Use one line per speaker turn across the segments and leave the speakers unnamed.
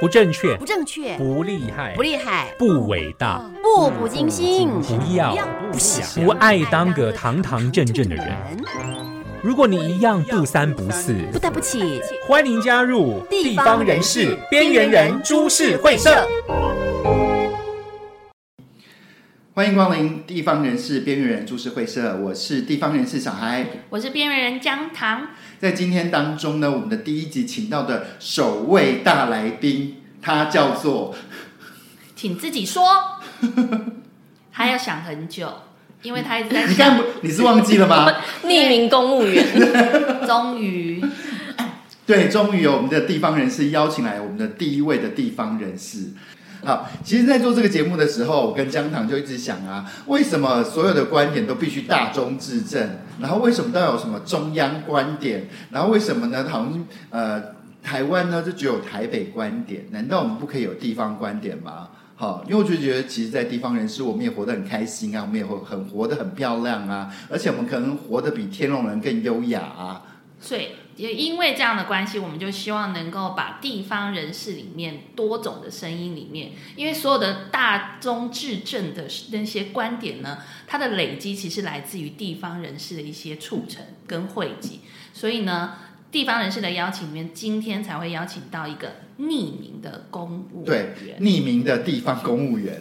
不正确
不，正确，
不厉害
不，厉害，
不伟大，
步步惊心，
不要
不想，
不爱当个堂堂正正的人。如果你一样不三不四，
不得不起
欢迎加入
嗯地方人士边缘人株式会社。
欢迎光临地方人士边缘人株式会社，我是地方人士小孩。
我是边缘人姜糖，
在今天当中呢，我们的第一集请到的首位大来宾，他叫做
请自己 说。他要想很久，因为他一直在
你看
想。
不，你是忘记了 吗？
匿名公务员，
终于，
对，终于有我们的地方人士邀请来我们的第一位的地方人士。好，其实，在做这个节目的时候，我跟姜糖就一直想啊，为什么所有的观点都必须大中至正？然后为什么都要有什么中央观点？然后为什么呢？好像呃，台湾呢就只有台北观点，难道我们不可以有地方观点吗？好，因为我就觉得，其实，在地方人士，我们也活得很开心啊，我们也活很活得很漂亮啊，而且我们可能活得比天龙人更优雅啊。
所以也因为这样的关系，我们就希望能够把地方人士里面多种的声音里面，因为所有的大中至正的那些观点呢，它的累积其实来自于地方人士的一些促成跟汇集，所以呢。地方人士的邀请里面，今天才会邀请到一个匿名的公务
对
员，。
匿名的地方公务员，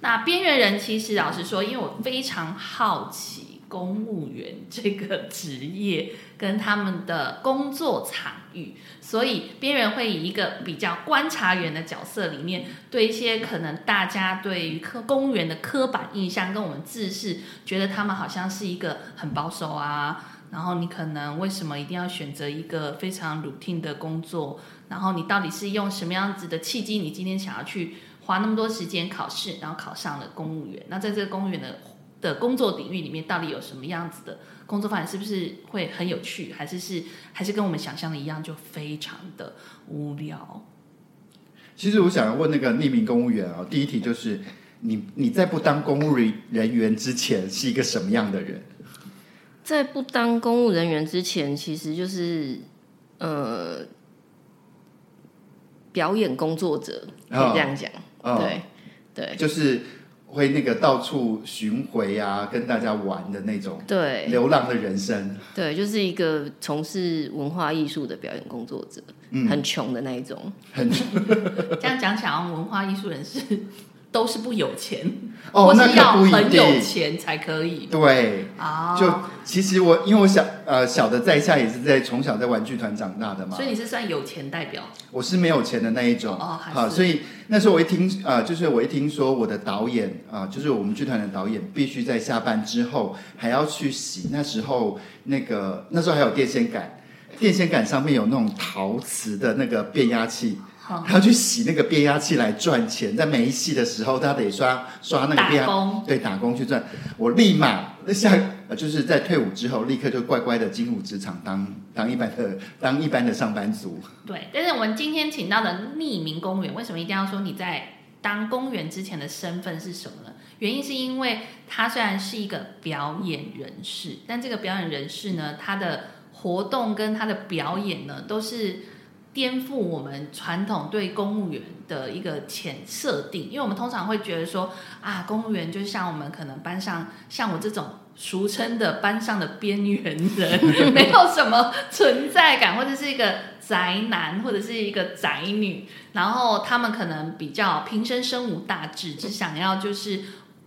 那边缘人其实老实说，因为我非常好奇公务员这个职业跟他们的工作场域，所以边缘会以一个比较观察员的角色里面，对一些可能大家对于科公务员的刻板印象跟我们自视，觉得他们好像是一个很保守啊。然后你可能为什么一定要选择一个非常 routine 的工作？然后你到底是用什么样子的契机？你今天想要去花那么多时间考试，然后考上了公务员。那在这个公务员的的工作领域里面，到底有什么样子的工作发展？是不是会很有趣，还是是还是跟我们想象的一样，就非常的无聊？
其实我想问那个匿名公务员啊、第一题就是你你在不当公务人员之前是一个什么样的人？
在不当公务人员之前，其实就是呃表演工作者，可以这样讲。
哦
对对
就是会那个到处巡回啊，跟大家玩的那种
对
流浪的人生。
对，就是一个从事文化艺术的表演工作者，
嗯
很穷的那一种。
这样讲起来，好像文化艺术人士都是不有钱，
哦，
或
那
是要
可不一
很有
定。
钱才可以
对，
啊。
就其实我因为我小呃小的在下也是在从小在玩剧团长大的嘛
所，以你是算有钱代表，
我是没有钱的那一种，
哦还是
好，所以那时候我一听啊、呃就是我一听说我的导演啊、呃就是我们剧团的导演必须在下班之后还要去洗，那时候那个那时候还有电线杆，电线杆上面有那种陶瓷的那个变压器。
好
他要去洗那个变压器来赚钱，在没戏的时候，他得刷刷那个变
打
压
工，
对，打工去赚。我立马那下呃就是在退伍之后，立刻就乖乖的进入职场当当一般的当一般的上班族。
对，但是我们今天请到的匿名公务员，为什么一定要说你在当公务员之前的身份是什么呢？原因是因为他虽然是一个表演人士，但这个表演人士呢，他的活动跟他的表演呢，都是颠覆我们传统对公务员的一个浅设定，因为我们通常会觉得说啊，公务员就像我们可能班上像我这种俗称的班上的边缘人， 没有什么 存在感，或者是一个宅男，或者是一个宅女，然后他们可能比较平生身无大志，只想要就是。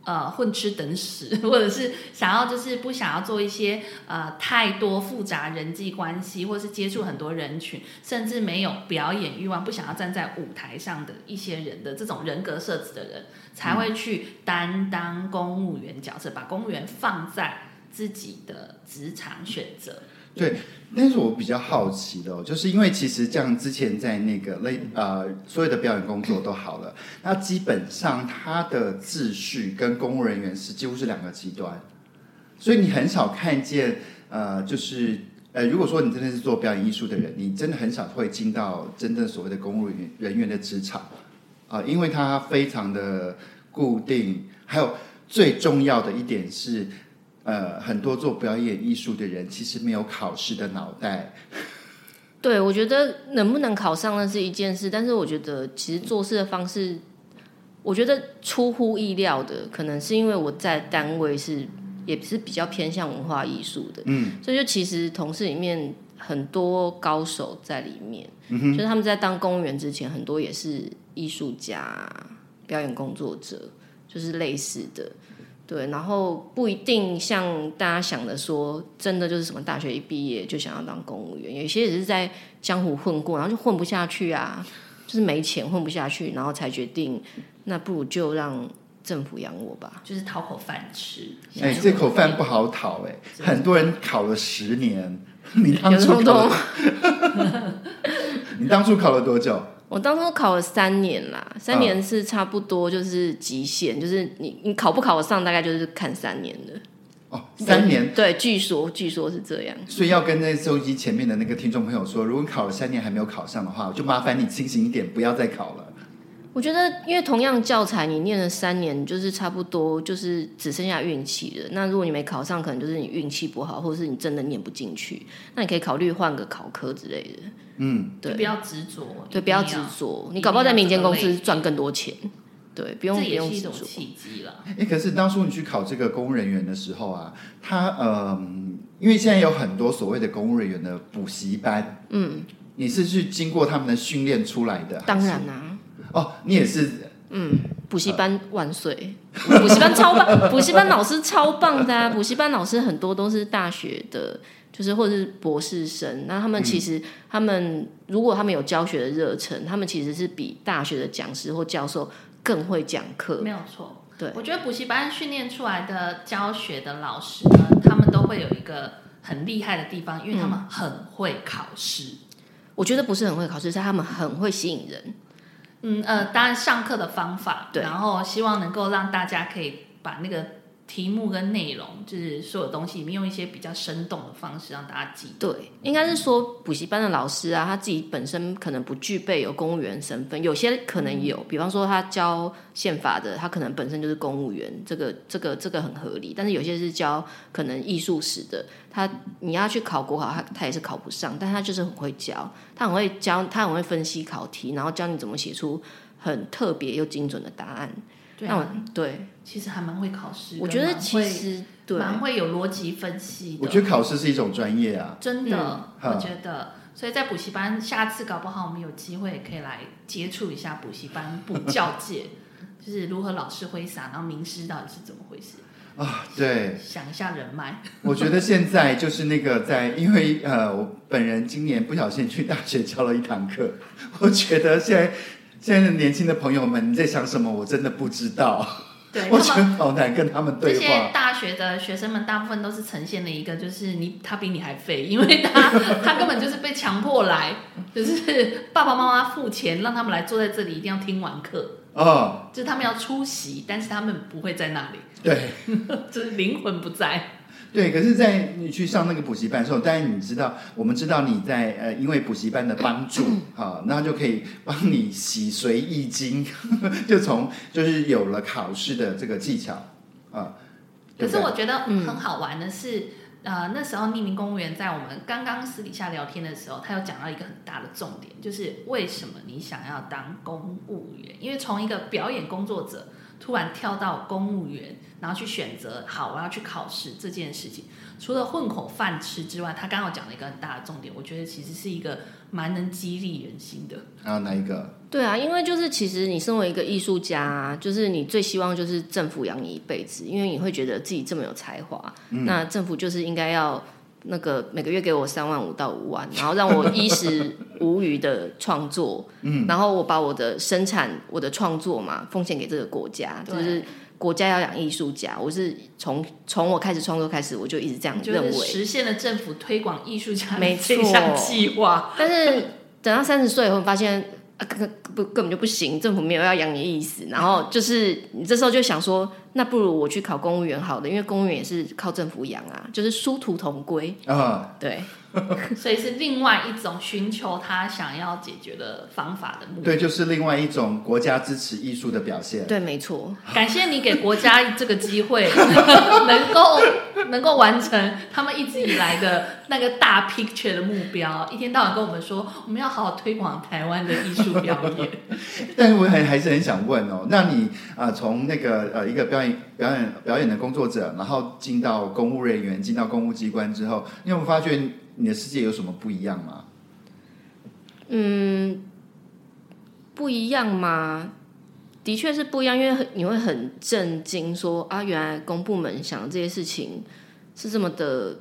呃，混吃等死， 或者是想要就是不想要做一些呃太多复杂人际关系，或是接触很多人群，甚至没有表演欲望，不想要站在舞台上的一些人的这种人格设置的人，才会去担当公务员角色，把公务员放在自己的职场选择。
对，但是我比较好奇的、哦，就是因为其实这样之前在那个类呃所有的表演工作都好了，那基本上它的秩序跟公务人员是几乎是两个极端，所以你很少看见呃就是。呃，如果说你真的是做表演艺术的人，你真的很少会进到真正所谓的公务人员人员的职场啊、因为它非常的固定，还有最重要的一点是，呃，很多做表演艺术的人其实没有考试的脑袋，
对，我觉得能不能考上那是一件事，但是我觉得其实做事的方式，我觉得出乎意料的，可能是因为我在单位是也是比较偏向文化艺术的，
嗯
所以就其实同事里面很多高手在里面，
嗯
就是他们在当公务员之前，很多也是艺术家、表演工作者，就是类似的。对，然后不一定像大家想的说，真的就是什么大学一毕业就想要当公务员，有些也是在江湖混过，然后就混不下去啊，就是没钱混不下去，然后才决定，那不如就让政府养我吧。
就是讨口饭吃。
啊
哎、这口饭不好讨哎、
真的
很多人考了十年， 你当
有这
初
么
考
多
了，你当初考了多久？
我当初考了三年啦，
嗯
三年是差不多就是极限，就是你你考不考得上，大概就是看三年的。
哦，三年。
对，据说据说是这样。
所以要跟那收机前面的那个听众朋友说，如果你考了三年还没有考上的话，就麻烦你清醒一点，不要再考了。
我觉得，因为同样教材你念了三年，就是差不多就是只剩下运气了。那如果你没考上，可能就是你运气不好，或者是你真的念不进去，那你可以考虑换个考科之类的。
嗯，
就
对
不要执着，
对，
一定
不要执着，你搞不好
一定要
在民间公
这个
司
类
赚更多钱。对，不用
这
不
也
用
是一
执
种
着。
契机了。
哎，可是当初你去考这个公务人员的时候啊，他嗯、因为现在有很多所谓的公务人员的补习班，嗯，你是去经过他们的训练出来的，
当然
还
啦、
是哦，你也是
补习班万岁！补习班超棒， 补习班老师超棒的、啊。补习班老师很多都是大学的，就是或者是博士生。那他们其实，他们如果他们有教学的热忱，他们其实是比大学的讲师或教授更会讲课
没。有错。
对
我觉得补习班训练出来的教学的老师呢，他们都会有一个很厉害的地方，因为他
嗯
们很会考试。
我觉得不是很会考试，是他们很会吸引人。
嗯呃，当然上课的方法，
对
然后希望能够让大家可以把那个题目跟内容，就是所有东西里面用一些比较生动的方式让大家记。
对，应该是说补习班的老师啊，他自己本身可能不具备有公务员身份，有些可能有，比方说他教宪法的，他可能本身就是公务员，这个这个这个很合理。但是有些是教可能艺术史的，他你要去考国考，他他也是考不上，但他就是很会教，他很会教，他很会分析考题，然后教你怎么写出很特别又精准的答案。
对
那
啊、
我对，
其实还蛮会考试的，
我觉得
蛮
其
会
实对，
蛮会有逻辑分析的。
我觉得考试是一种专业啊，
真的，
嗯
我觉得，所以在补习班，下次搞不好我们有机会可以来接触一下补习班 补教界，就是如何老师挥洒，然后名师到底是怎么回事，
啊， 对，
想一下人脉。
我觉得现在就是那个在，因为呃，我本人今年不小心去大学教了一堂课，我觉得现在现在的年轻的朋友们你在想什么，我真的不知道，
对，
我
那
觉
么
得好难跟他们
这
对
些
话。
大学的学生们大部分都是呈现了一个，就是你他比你还废，因为他他根本就是被强迫来，就是爸爸妈妈付钱让他们来坐在这里，一定要听完课，
哦，
就是他们要出席，但是他们不会在那里，
对
就是灵魂不在。
对，可是，在你去上那个补习班的时候，当然你知道，我们知道你在呃，因为补习班的帮助，
嗯
啊，那就可以帮你洗髓易经， 就从就是有了考试的这个技巧啊。对
可
不
是
对
我觉得很好玩的是，呃，那时候匿名公务员在我们刚刚私底下聊天的时候，他有讲到一个很大的重点，就是为什么你想要当公务员？因为从一个表演工作者突然跳到公务员，然后去选择好我要去考试这件事情，除了混口饭吃之外，他刚好讲了一个很大的重点，我觉得其实是一个蛮能激励人心的。
然后哪一个？
对啊，因为就是其实你身为一个艺术家、啊，就是你最希望就是政府养你一辈子，因为你会觉得自己这么有才华，那政府就是应该要那个每个月给我三万五到五万，然后让我衣食无余的创作，嗯，然后我把我的生产、我的创作嘛奉献给这个国家，
对
就是国家要养艺术家，我是从从我开始创作开始，我就一直这样认
就是
为，
实现了政府推广艺术家的
没
这
错
项计划，
但是等到三十岁以后，你发现啊，根根不根本就不行，政府没有要养你的意思。然后就是你这时候就想说，那不如我去考公务员好了，因为公务员也是靠政府养啊，就是殊途同归。
啊、
对，
所以是另外一种寻求他想要解决的方法的目的。
对，就是另外一种国家支持艺术的表现。
对，没错，
感谢你给国家这个机会，能够能够完成他们一直以来的那个大 picture 的目标，一天到晚跟我们说我们要好好推广台湾的艺术表演。
但是我还还是很想问哦，那你啊、呃从那个呃一个表演表演表演的工作者，然后进到公务人员，进到公务机关之后，你有没有发觉你的世界有什么不一样吗？
不一样吗？的确是不一样，因为很你会很震惊说啊，原来公部门想的这些事情是这么的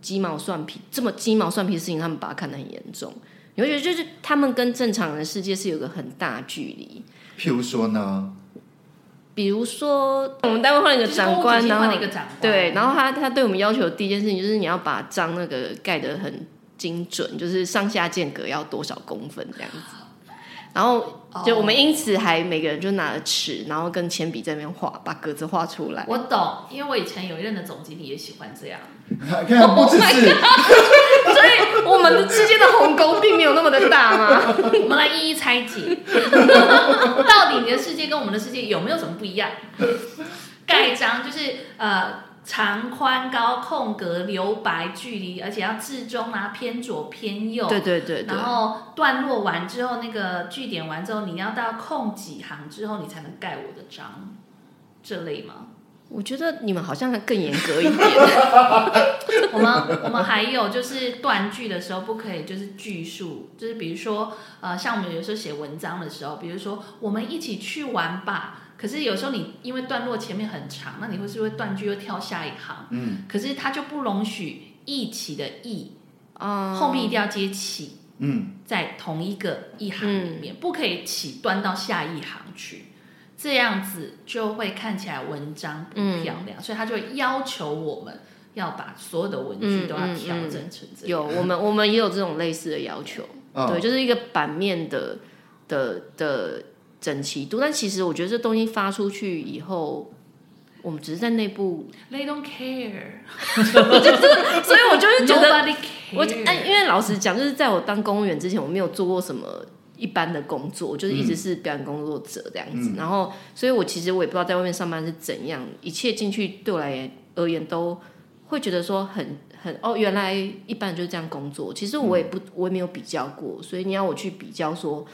鸡毛蒜皮，这么鸡毛蒜皮的事情，他们把它看得很严重。你会觉得就是他们跟正常人的世界是有个很大距离。
譬如说呢，
比如说，我们单位换了一个长官，
就是公务机
然
关
后
的一个长官，
对，然后他他对我们要求的第一件事情就是你要把章那个盖得很精准，就是上下间隔要多少公分这样子。然后
哦
就我们因此还每个人就拿了尺，然后跟铅笔在那边画，把格子画出 来。
我懂，因为我以前有一任的总经理也喜欢这样，
看看不
Oh
只是、
所以我们之间的鸿沟并没有那么的大吗？
我们来一一拆 解，到底你的世界跟我们的世界有没有什么不一样？盖章就是呃长宽高空格留白距离，而且要至中啊偏左偏右，
对对对对
然后段落完之后，那个句点完之后，你要到空几行之后，你才能盖我的章，这类吗？
我觉得你们好像更严格一 点。
我们我们还有就是断句的时候不可以就是句数，就是比如说呃，像我们有时候写文章的时候，比如说我们一起去玩吧。可是有时候你因为段落前面很长，那你会是会断句又跳下一行，
嗯
可是它就不容许一起的一
啊
后面一定要接起，
嗯，
在同一个一行里
嗯
面，不可以起端到下一行去。这样子就会看起来文章不漂
嗯
亮，所以他就会要求我们要把所有的文句都要调整成这样。
嗯有我们我们也有这种类似的要求。
哦
对，就是一个版面的的的整齐度。但其实我觉得这东西发出去以后，我们只是在内部，
They don't care，
所以我就会觉得，
nobody
我
care。
哎，因为老实讲，就是在我当公务员之前，我没有做过什么。一般的工作，我就是一直是表演工作者这样子，
嗯
然后，所以我其实我也不知道在外面上班是怎样，一切进去对我来而言都会觉得说很很哦，原来一般人就是这样工作。其实
嗯
我也不，我也没有比较过，所以你要我去比较说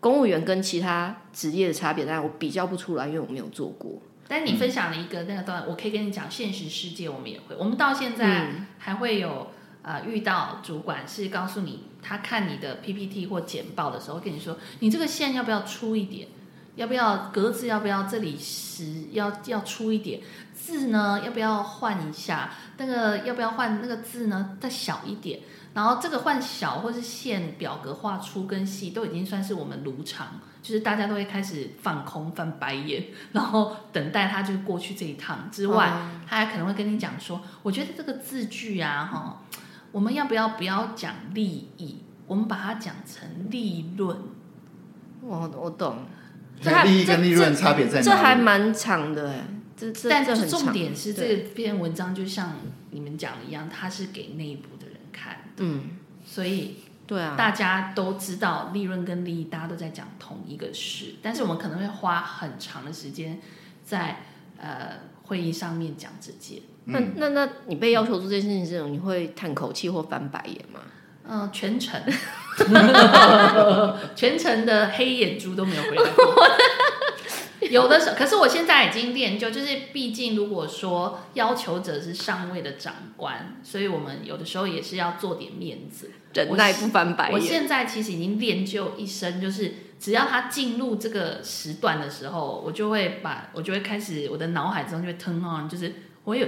公务员跟其他职业的差别，但我比较不出来，因为我没有做过。
但你分享了一个那个段，我可以跟你讲，现实世界我们也会，我们到现在
嗯
还会有呃遇到主管是告诉你，他看你的 PPT 或简报的时候，跟你说，你这个线要不要粗一点？要不要格子？要不要这里实要要粗一点？字呢要不要换一下？那个要不要换那个字呢？再小一点。然后这个换小或是线表格画粗跟细，都已经算是我们如常，就是大家都会开始放空、翻白眼， 然后等待他就过去这一趟之外，
哦
他还可能会跟你讲说，我觉得这个字句啊，哈，我们要不要不要讲利益，我们把它讲成利润。
我我懂，
这还
利益跟利润差别在哪里？
这还蛮长的哎，这这
但
这很长
重点是
对
这篇文章就像你们讲的一样，它是给内部的人看，
嗯，
所以
对啊，
大家都知道利润跟利益，大家都在讲同一个事，但是我们可能会花很长的时间在呃会议上面讲这些。
那
嗯
那那你被要求做这件事情之后，你会叹口气或翻白眼吗？
嗯、全程， 全程的黑眼珠都没有回来过。 有的时候，可是我现在已经练就，就是毕竟如果说要求者是上位的长官，所以我们有的时候也是要做点面子。
忍耐不翻白
我
眼，
现在其实已经练就一身，就是只要他进入这个时段的时候，我就会把我就会开始我的脑海中就会 turn on，就是我有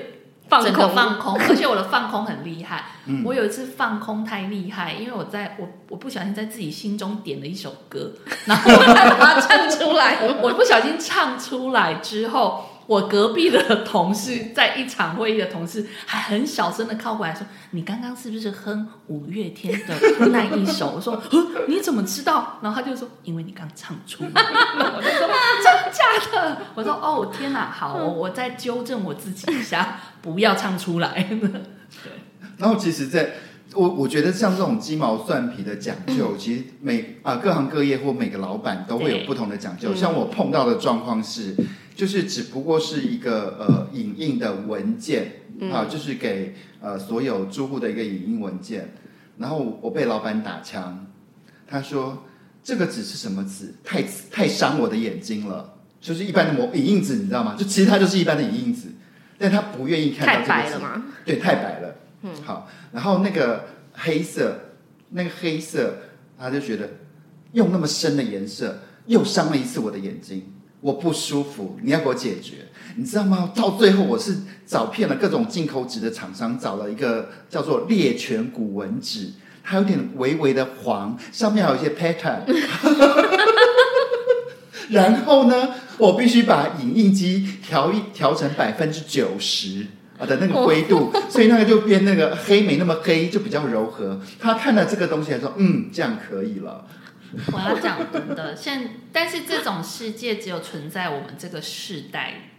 放
整个
空
放 空，而且我的放空很厉害。我有一次放空太厉害，因为我在我我不小心在自己心中点了一 首歌，然后我把它唱出来，我不小心唱出来之后，我隔壁的同事在一场会议的同事还很小声的靠过来说：“你刚刚是不是哼五月天的那一首？”我说呃：“你怎么知道？”然后他就说：“因为你刚唱出来。”然后我就说：“真假的？”我说：“哦，天哪，好、哦，我再纠正我自己一下，不要唱出来。
然后其实在，我我觉得像这种鸡毛蒜皮的讲究，其实每啊、各行各业或每个老板都会有
对
不同的讲究。
嗯
像我碰到的状况是，就是只不过是一个呃影印的文件
嗯
啊、就是给呃所有住户的一个影印文件。然后我被老板打枪，他说这个纸是什么纸？太太伤我的眼睛了。就是一般的模影印纸，你知道吗？就其实它就是一般的影印纸，但他不愿意看到
太
这
白
个
了
纸。
嘛，
对，太白了。嗯，好，然后那个黑色，那个黑色，他就觉得用那么深的颜色又伤了一次我的眼睛，我不舒服，你要给我解决，你知道吗？到最后我是找遍了各种进口纸的厂商，找了一个叫做猎犬骨纹纸。它有点微微的黄，上面还有一些 pattern，然 后呢，我必须把影印机调一调成百分之九十啊的那个灰度，
哦
所以那个就变那个黑没那么黑，就比较柔和。他看了这个东西，他说：“嗯，这样可以了。”
我要讲真的，现但是这种世界只有存在我们这个世代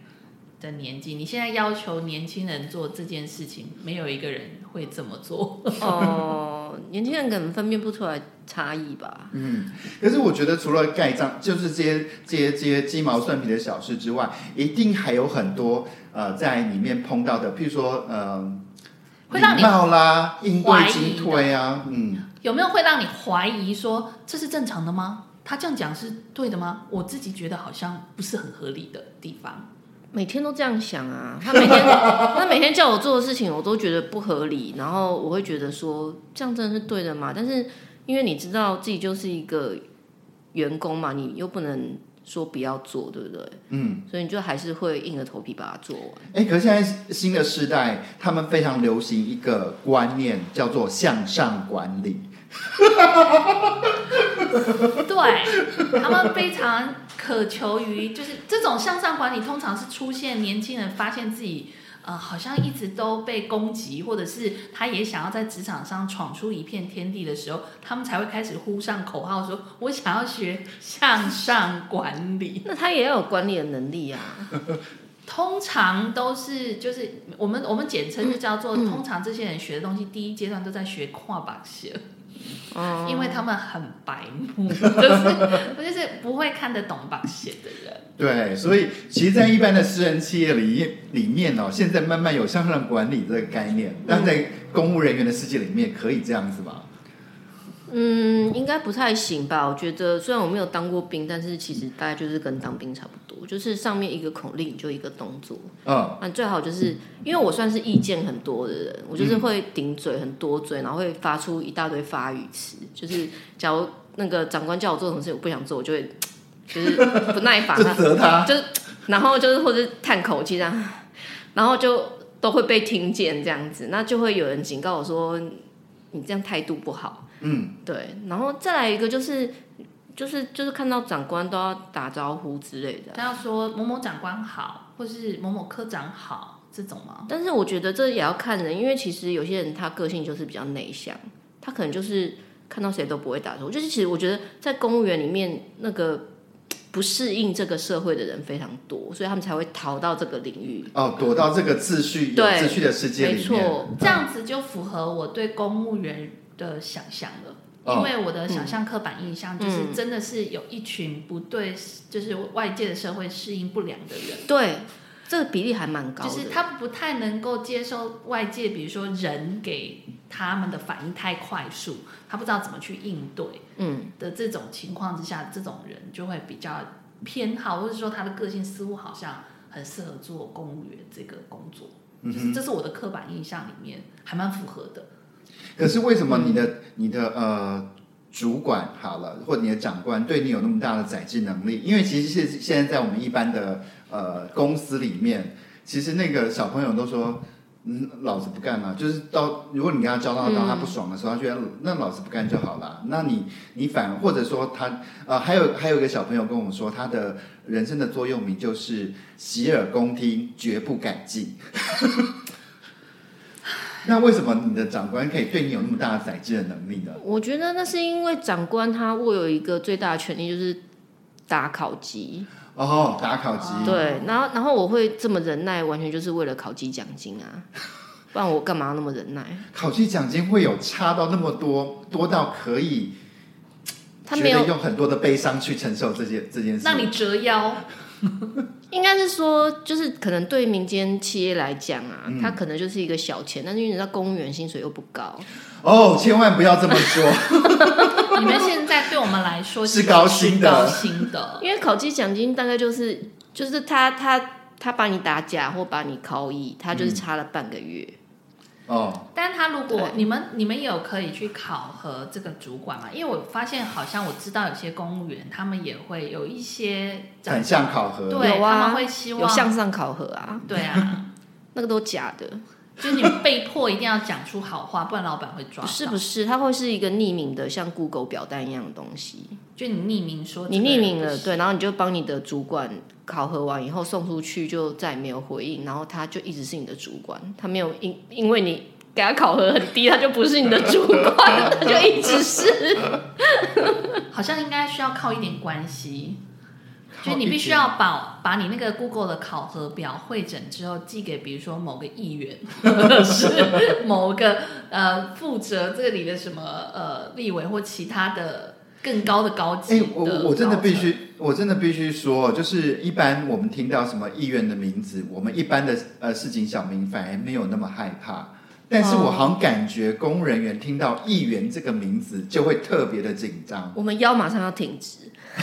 的年纪。你现在要求年轻人做这件事情，没有一个人会这么 做。
哦，年轻人可能分辨不出来差异吧。
可是我觉得，除了盖章，就是这些这些这些鸡毛蒜皮的小事之外，一定还有很多呃在里面碰到的，譬如说呃，
会让你
礼貌啦、应
怀
对
疑
进退啊，嗯，
有没有会让你怀疑说这是正常的吗？他这样讲是对的吗？我自己觉得好像不是很合理的地方。
每天都这样想啊，他每天他每天叫我做的事情，我都觉得不合理，然后我会觉得说这样真的是对的吗？但是因为你知道自己就是一个员工嘛，你又不能说不要做，对不对？嗯，所以你就还是会硬着头皮把它做完。
哎，可是现在新的时代，他们非常流行一个观念，叫做向上管理。
对他们非常渴求于，就是这种向上管理，通常是出现年轻人发现自己。呃，好像一直都被攻击，或者是他也想要在职场上闯出一片天地的时候，他们才会开始呼上口号说我想要学向上管理。
那他也要有管理的能力啊。
通常都是就是我们我们简称就叫做，通常这些人学的东西，第一阶段都在学跨把鞋，
哦
因为他们很白目，就是就是不会看得懂把鞋的人。
对，所以其实，在一般的私人企业里里面哦，现在慢慢有向上管理这个概念，但在公务人员的世界里面，可以这样子吗？
嗯，应该不太行吧？我觉得虽然我没有当过兵，但是其实大概就是跟当兵差不多，就是上面一个口令你就一个动作。
嗯，
那最好就是因为我算是意见很多的人，我
嗯
就是会顶嘴很多嘴，然后会发出一大堆发语词。就是假如那个长官叫我做什么事，我不想做，我就会就是不耐烦
就
啊，
责他。
就是然后就是或者叹口气这样，然后就都会被听见这样子，那就会有人警告我说你这样态度不好，
嗯，
对，然后再来一个就是就是就是看到长官都要打招呼之类的啊，
他要说某某长官好，或是某某科长好这种吗？
但是我觉得这也要看人，因为其实有些人他个性就是比较内向，他可能就是看到谁都不会打招呼。就是其实我觉得在公务员里面，那个不适应这个社会的人非常多，所以他们才会逃到这个领域。
哦，躲到这个秩序有
对
秩序的世界
没
里面。
错，
这样子就符合我对公务员的想象了。因为我的想象刻板印象就是，
嗯
真的是有一群不对，就是外界的社会适应不良的人。
对，这个比例还蛮高
就
的。
是他不太能够接受外界，比如说人给他们的反应太快速，他不知道怎么去应对
嗯，
的这种情况之下，这种人就会比较偏好，或者说他的个性似乎好像很适合做公务员这个工作。
嗯
就是这是我的刻板印象里面还蛮符合的。
可是为什么你的、你的呃主管好了，或你的长官对你有那么大的载制能力？因为其实是现在在我们一般的呃公司里面，其实那个小朋友都说嗯，老子不干嘛，就是到如果你跟他交闹到他不爽的时候，他觉得那老子不干就好啦。那你你反或者说他呃，还有还有一个小朋友跟我说，他的人生的座右铭就是洗耳恭听，绝不改进。那为什么你的长官可以对你有那么大的宰制的能力呢？
我觉得那是因为长官他握有一个最大的权利，就是打考级。
哦，打考级，
对，然后然后我会这么忍耐，完全就是为了考级奖金啊，不然我干嘛那么忍耐？
考级奖金会有差到那么多，多到可以
他
觉
没
得
有，
用很多的悲伤去承受这件这件事。
让你折腰，
应该是说，就是可能对民间企业来讲啊，
嗯
它可能就是一个小钱，但是因为人家公务员薪水又不高，
哦，千万不要这么说。
你们现在对我们来说
是高薪的
高薪的，
因为考级奖金大概就是就是他他他把你打假或把你考乙，他
嗯
就是差了半个月。
哦，
但他如果
对
你们你们也有可以去考核这个主管嘛？因为我发现好像我知道有些公务员他们也会有一些
反向考核。
对，
有啊
他们会希
有向
望
上考核啊，
对啊，
那个都假的，
就是你们被迫一定要讲出好话，不然老板会抓到。
是不是？它会是一个匿名的，像 Google 表单一样的东西。
就你匿名说，
你匿名了，
对。
对，然后你就帮你的主管考核完以后送出去，就再也没有回应，然后他就一直是你的主管，他没有因因为你给他考核很低，他就不是你的主管， 他就一直是。
好像应该需要靠一点关系，
靠
就是你
一
必须
点
要把把你那个 Google 的考核表会诊之后寄给，比如说某个议员，或者 是某个呃负责这里的什么呃立委或其他的更高的高
哎、
级的
我我真的
高
必
层
须，我真的必须说，就是一般我们听到什么议员的名字，我们一般的呃市井小民反而没有那么害怕，但
嗯
是我好像感觉公务人员听到议员这个名字就会特别的紧张。
我们腰马上要挺直。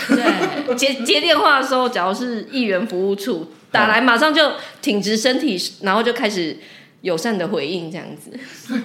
对。
接接电话的时候，假如是议员服务处打来，马上就挺直身体，然后就开始友善的回应这样子。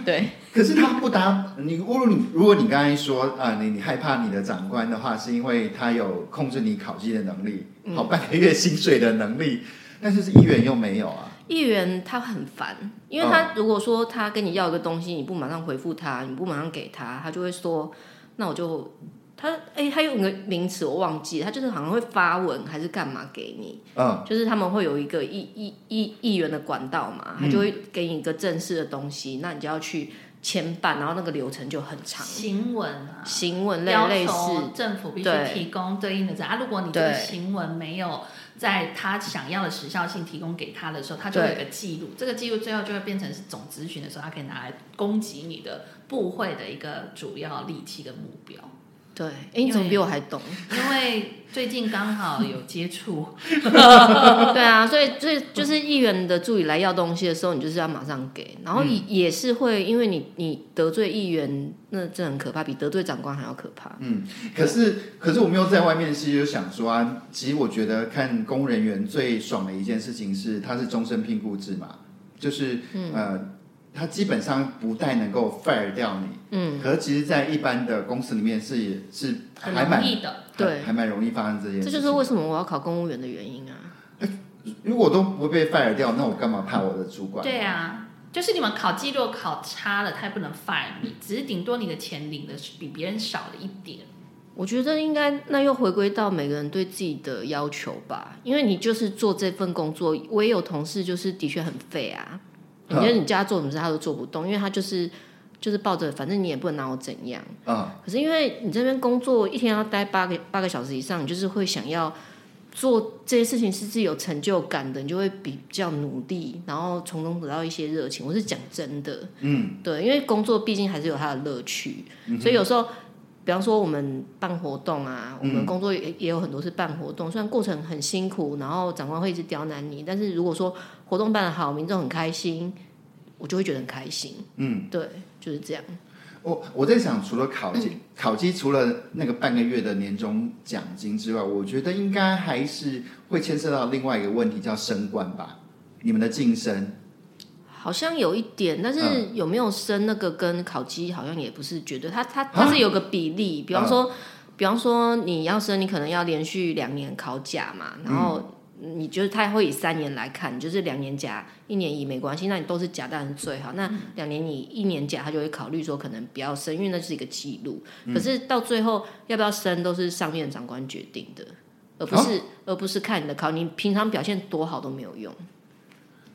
对，
可是他不答你，无论你如果你刚才说啊、你你害怕你的长官的话，是因为他有控制你考绩的能力，
嗯
好半个月薪水的能力，但是议员又没有啊。
议员他很烦，因为他如果说他跟你要一个东西，你不马上回复他，你不马上给他，他就会说，那我就他哎、他有一个名词我忘记了，他就是好像会发文还是干嘛给你，
嗯，
就是他们会有一个议议议议员的管道嘛，他就会给你一个正式的东西，那你就要去牵办，然后那个流程就很长，
行文啊，
行文类
要
类
求
似，
政府必须
对
提供对应的资料啊。如果你这个
对
行文没有在他想要的时效性提供给他的时候，他就
对
会有个记录，这个记录最后就会变成是总咨询的时候，他可以拿来攻击你的部会的一个主要利器跟目标。
对，哎、你怎么比我还懂？
因为最近刚好有接触，
对啊，所以所以就是议员的助理来要东西的时候，你就是要马上给，然后也也是会，因为你你得罪议员，那真的很可怕，比得罪长官还要可怕。
可是，可是我们又在外面，其实就想说啊，其实我觉得看公务人员最爽的一件事情是，他是终身聘雇制嘛，就是、
嗯
呃，他基本上不太能够 fire 掉你。
嗯，
可是其实，在一般的公司里面是是
很
还
容
蛮
易的。
对
还蛮容易发生这件
这
事情。
就是为什么我要考公务员的原因啊。
如果我都不会被 fire 掉，那我干嘛怕我的主管？
对啊，就是你们考记录考差了，他也不能 fire 你，只是顶多你的钱领的是比别人少了一点。
我觉得应该那又回归到每个人对自己的要求吧，因为你就是做这份工作，我也有同事就是的确很废啊，你觉得你叫他做什么事他都做不动，因为他就是就是抱着反正你也不能拿我怎样。
啊、
可是因为你这边工作一天要待八个八个小时以上，你就是会想要做这些事情是自己有成就感的，你就会比较努力，然后从中得到一些热情。我是讲真的，
嗯，
对，因为工作毕竟还是有它的乐趣，所以有时候。比方说，我们办活动啊，我们工作也也有很多是办活动，虽然过程很辛苦，然后长官会一直刁难你，但是如果说活动办得好，民众很开心，我就会觉得很开心。
嗯，
对，就是这样。
我我在想，除了考绩，
嗯
考绩除了那个半个月的年终奖金之外，我觉得应该还是会牵涉到另外一个问题，叫升官吧。你们的晋升，
好像有一点，但是
嗯
有没有升那个跟烤鸡好像也不是绝对，它它
啊
它是有个比例，比方说，比方说你要升，你可能要连续两年考甲嘛，然后你觉得他会以三年来看，你就是两年假一年乙没关系，那你都是假当然是最好。那嗯两年乙一年假，他就会考虑说可能不要生，因为那是一个记录。可是到最后要不要生都是上面长官决定的，而不是、而不是看你的考，你平常表现多好都没有用。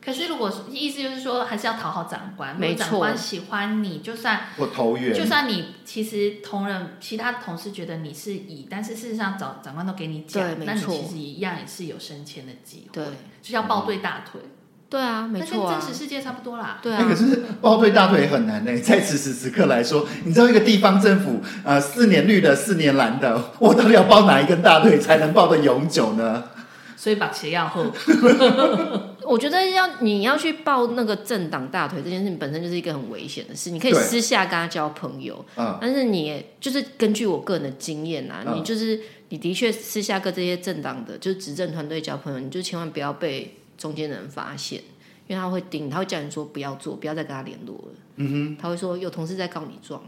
可是如果是意思就是说，还是要讨好长官，
没
如果
错
长官喜欢你，就算
我投缘，
就算你其实同仁其他同事觉得你是乙，但是事实上长长官都给你
对
讲，
没
那你
错
其实一样也是有升迁的机会，
对
就是要抱对大腿，
对啊，没错
但
啊
跟，真实世界差不多啦。
对
哎、
啊
可，是抱对大腿也很难呢、欸在此时此刻来说，你知道一个地方政府，呃，四年绿的，四年蓝的，我到底要抱哪一根大腿才能抱得永久呢？
所以把鞋要 厚，
我觉得要你要去抱那个政党大腿这件事情本身就是一个很危险的事，你可以
对
私下跟他交朋友，
嗯，
但是你也就是根据我个人的经验啊，
嗯
你就是你的确私下跟这些政党的就是执政团队交朋友，你就千万不要被中间的人发现，因为他会盯你，他会叫你说不要做，不要再跟他联络了。嗯哼，他会说有同事在告你状，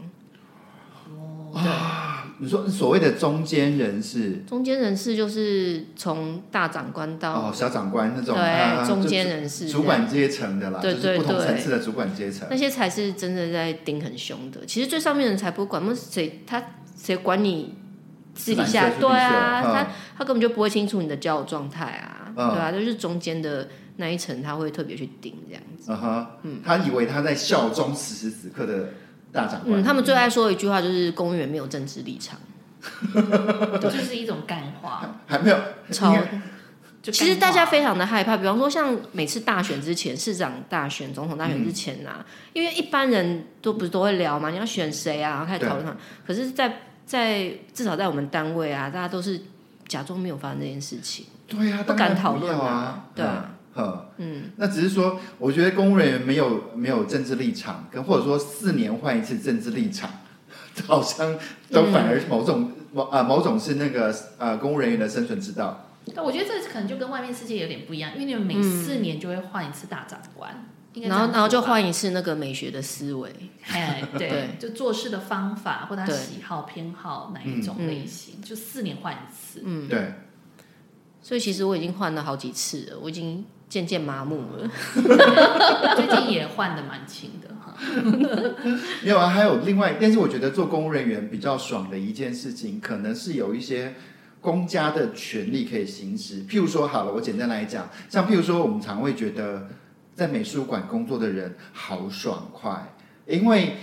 你说所谓的中间人是
中间人士就是从大长官到、
哦，小长官那种，啊、
对中间人
就
士
是主管阶层的啦，
对
就是
对
不同
对
层次的主管阶层
那。些才是真的在盯很凶的。其实最上面的人才不管，那谁他谁管你私底下？
是蓝色
对啊，
是绿色
他
嗯
他根本就不会清楚你的交友状态啊，
嗯
对啊，就是中间的那一层他会特别去盯这样子。
嗯哼，他以为他在效忠此时此刻的大长官，
嗯，他们最爱说的一句话就是公务员没有政治立 场。
就是一种干话。
还没有应
超
该
就
其实
干
大家
话
非常的害怕，比方说像每次大选之前、市长大选、总统大选之前
嗯
啊，因为一般人都不是都会聊嘛，你要选谁啊，然后开始讨论嘛。可是在，在至少在我们单位啊，大家都是假装没有发生这件事情，
对呀、啊，
不
当然
敢讨论
要啊
啊，对啊
嗯，嗯，那只是说，我觉得公务人员没有没有政治立场，跟或者说四年换一次政治立场，好像都反
嗯
而某种某啊、某种是那个呃公务人员的生存之道。
但我觉得这可能就跟外面世界有点不一样，因为你们每四年就会换一次大长官，应该这
嗯然
样
后然后就
说吧，
换一次那个美学的思维。
哎，对
对，
就做事的方法或他
对嗯
喜好偏好哪一种类型，就四年换一次。 嗯，
嗯，对，
所以其实我已经换了好几次了，我已经渐渐麻木了。
最近也换的蛮勤的哈。
没有啊，还有另外，但是我觉得做公务人员比较爽的一件事情，可能是有一些。公家的权利可以行使，譬如说，好了，我简单来讲，像譬如说，我们常会觉得在美术馆工作的人好爽快，因为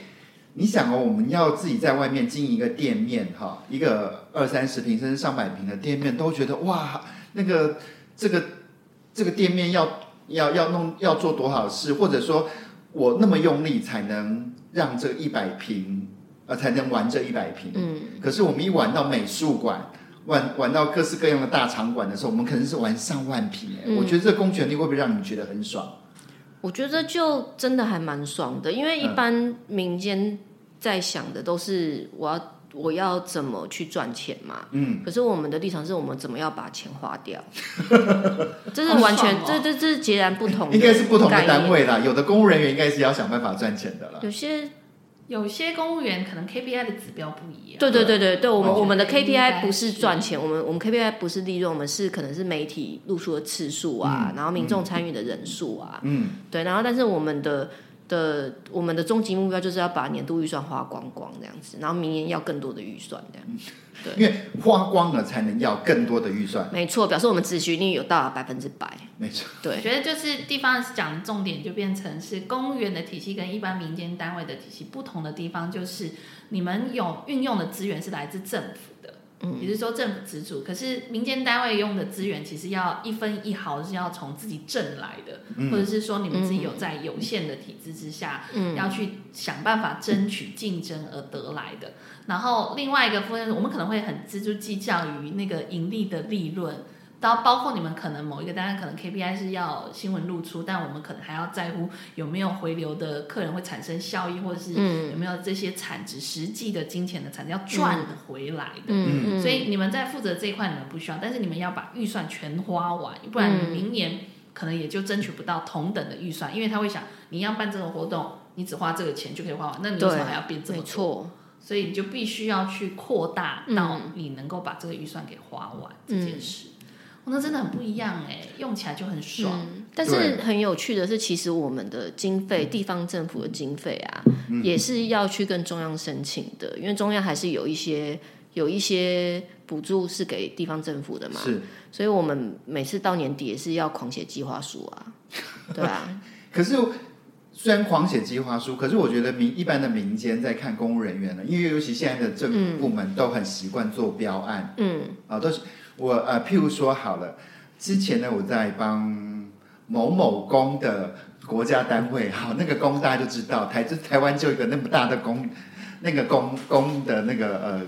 你想哦，我们要自己在外面经营一个店面哈，一个二三十平甚至上百平的店面，都觉得哇，那个这个这个店面要要要弄要做多少事，或者说我那么用力才能让这一百平呃才能玩这一百平。嗯，可是我们一玩到美术馆。玩玩到各式各样的大场馆的时候，我们可能是玩上万平、哎、我觉得这个公权力会不会让你觉得很爽？
我觉得就真的还蛮爽的，因为一般民间在想的都是我要我要怎么去赚钱嘛。
嗯，
可是我们的立场是我们怎么要把钱花掉，这是
好爽
完全、
哦
这这这是截然不同的，
应该是不同的单。位啦，有的公务人员嗯应该是要想办法赚钱的啦。
有些
有些公务员可能 KPI 的指标不一样，
对对对对对，我们
完全
我们的
应该
KPI
是
不是赚钱，我们我们 KPI 不是利润，我们是可能是媒体露出的次数啊，然后民众参与的人数啊，
嗯，
对，然后但是我们的的我们的终极目标就是要把年度预算花光光这样子，然后明年要更多的预算这样。
因为花光了才能要更多的预算，
没错，表示我们执行率有到达百分之百。
没错。
我
对，
觉得就是地方讲的重点就变成是公务员的体系跟一般民间单位的体系不同的地方，就是你们有运用的资源是来自政府的，嗯，也就是说政府资助，可是民间单位用的资源其实要一分一毫是要从自己挣来的，或者是说你们自己有在有限的体制之下，嗯，要去想办法争取竞争而得来的。然后另外一个部分，我们可能会很锱铢计较于那个盈利的利润。到包括你们可能某一个单位可能 KPI 是要新闻露出，但我们可能还要在乎有没有回流的客人会产生效益，或者是
嗯
有没有这些产值实际的金钱的产值要赚回来的。
嗯
所以你们在负责这一块你们不需要，但是你们要把预算全花完，不然你
嗯
们明年可能也就争取不到同等的预算，因为他会想你要办这个活动，你只花这个钱就可以花完，那你为什么还要变这么
没
多？
错，
所以你
嗯
就必须要去扩大到你能够把这个预算给花完这件事。哦那真的很不一样哎，用起来就很爽。
嗯，但是
对
很有趣的是，其实我们的经费，地方政府的经费啊，也是要去跟中央申请的，因为中央还是有一些有一些补助是给地方政府的嘛，
是。
所以我们每次到年底也是要狂写计划书啊，对啊，
可是虽然狂写计划书，可是我觉得民一般的民间在看公务人员呢，因为尤其现在的政府部门都很习惯做标案，
嗯
啊，都是我呃，譬如说好了，之前呢，我在帮某某宫的国家单位，好，那个宫大家就知道，台就台湾就有一个那么大的宫，那个宫宫的那个呃，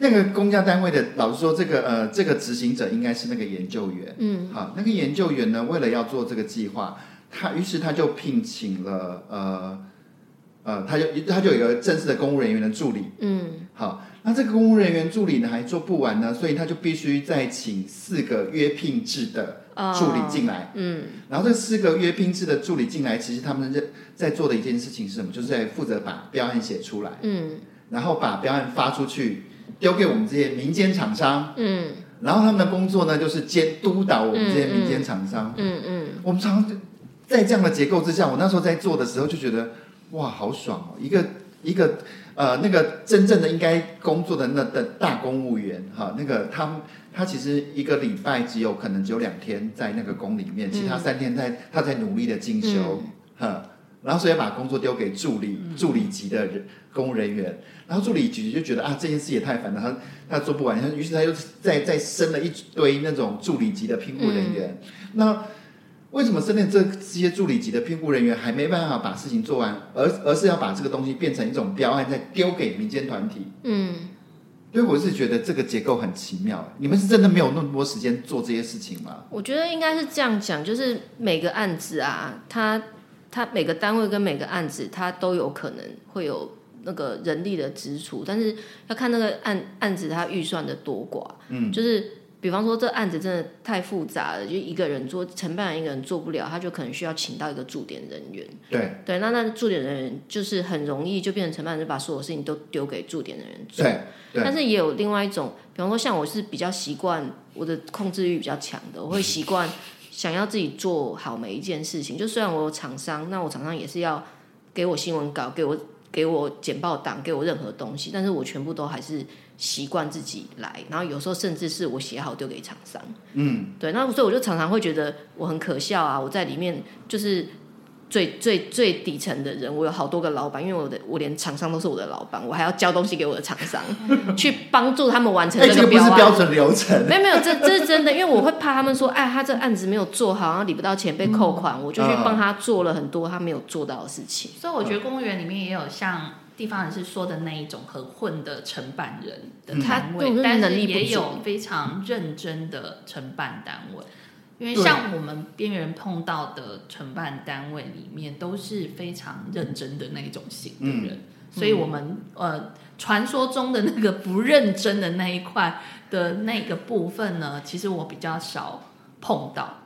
那个公家单位的，老实说，这个呃，这个执行者应该是那个研究员，
嗯，
好，那个研究员呢，为了要做这个计划，他于是他就聘请了呃呃，他就他就有一个正式的公务人员的助理，
嗯
好，那这个公务人员助理呢还做不完呢，所以他就必须再请四个约聘制的
哦
助理进来。
嗯
然后这四个约聘制的助理进来，其实他们在在做的一件事情是什么？就是在负责把标案写出来，
嗯
然后把标案发出去，丢给我们这些民间厂商。
嗯
然后他们的工作呢，就是监督导我们这些民间厂商。
嗯嗯，
我们常常在这样的结构之下，我那时候在做的时候就觉得，哇，好爽哦！一个一个呃，那个真正的应该工作的那的大公务员哈，那个他们他其实一个礼拜只有可能只有两天在那个宫里面，其他三天在他在努力的进修，哈、然后所以把工作丢给助理助理级的人公务人员，然后助理级就觉得啊这件事也太烦了，他他做不完，于是他又再再生了一堆那种助理级的聘雇人员，那为什么深圳这这些助理级的评估人员还没办法把事情做完，而而是要把这个东西变成一种标案，再丢给民间团体？
嗯，
所以我是觉得这个结构很奇妙。你们是真的没有那么多时间做这些事情吗？
我觉得应该是这样讲，就是每个案子啊，它它每个单位跟每个案子，它都有可能会有那个人力的支出，但是要看那个案案子它预算的多寡。
嗯，
就是比方说这案子真的太复杂了，就一个人做，承办人一个人做不了，他就可能需要请到一个驻点人员。
对
对，那那驻点人员就是很容易就变成承办人，就把所有事情都丢给驻点人员做。
对对
但是也有另外一种，比方说像我是比较习惯我的控制欲比较强的，我会习惯想要自己做好每一件事情。就虽然我有厂商，那我厂商也是要给我新闻稿，给我给我简报档，给我任何东西，但是我全部都还是习惯自己来。然后有时候甚至是我写好丢给厂商，
嗯，
对，那所以我就常常会觉得我很可笑啊，我在里面就是。最最最底层的人，我有好多个老板，因为我的我连厂商都是我的老板，我还要交东西给我的厂商，去帮助他们完成
哎、这
个
个不
标
是
案。
标准流程，
没有没有，这这是真的，因为我会怕他们说，哎，他这案子没有做好，然后领不到钱被扣款，我就去
嗯
帮他做了很多他没有做到的事情。
所以我觉得公务员里面也有像地方人士说的那一种很混的承办人的单位，
嗯他
但
能
是
力不足
也有非常认真的承办单位。因为
对
像我们边缘人碰到的承办单位里面，都是非常认真的那一种型的
嗯
人，所以我们呃传说中的那个不认真的那一块的那个部分呢，其实我比较少碰到。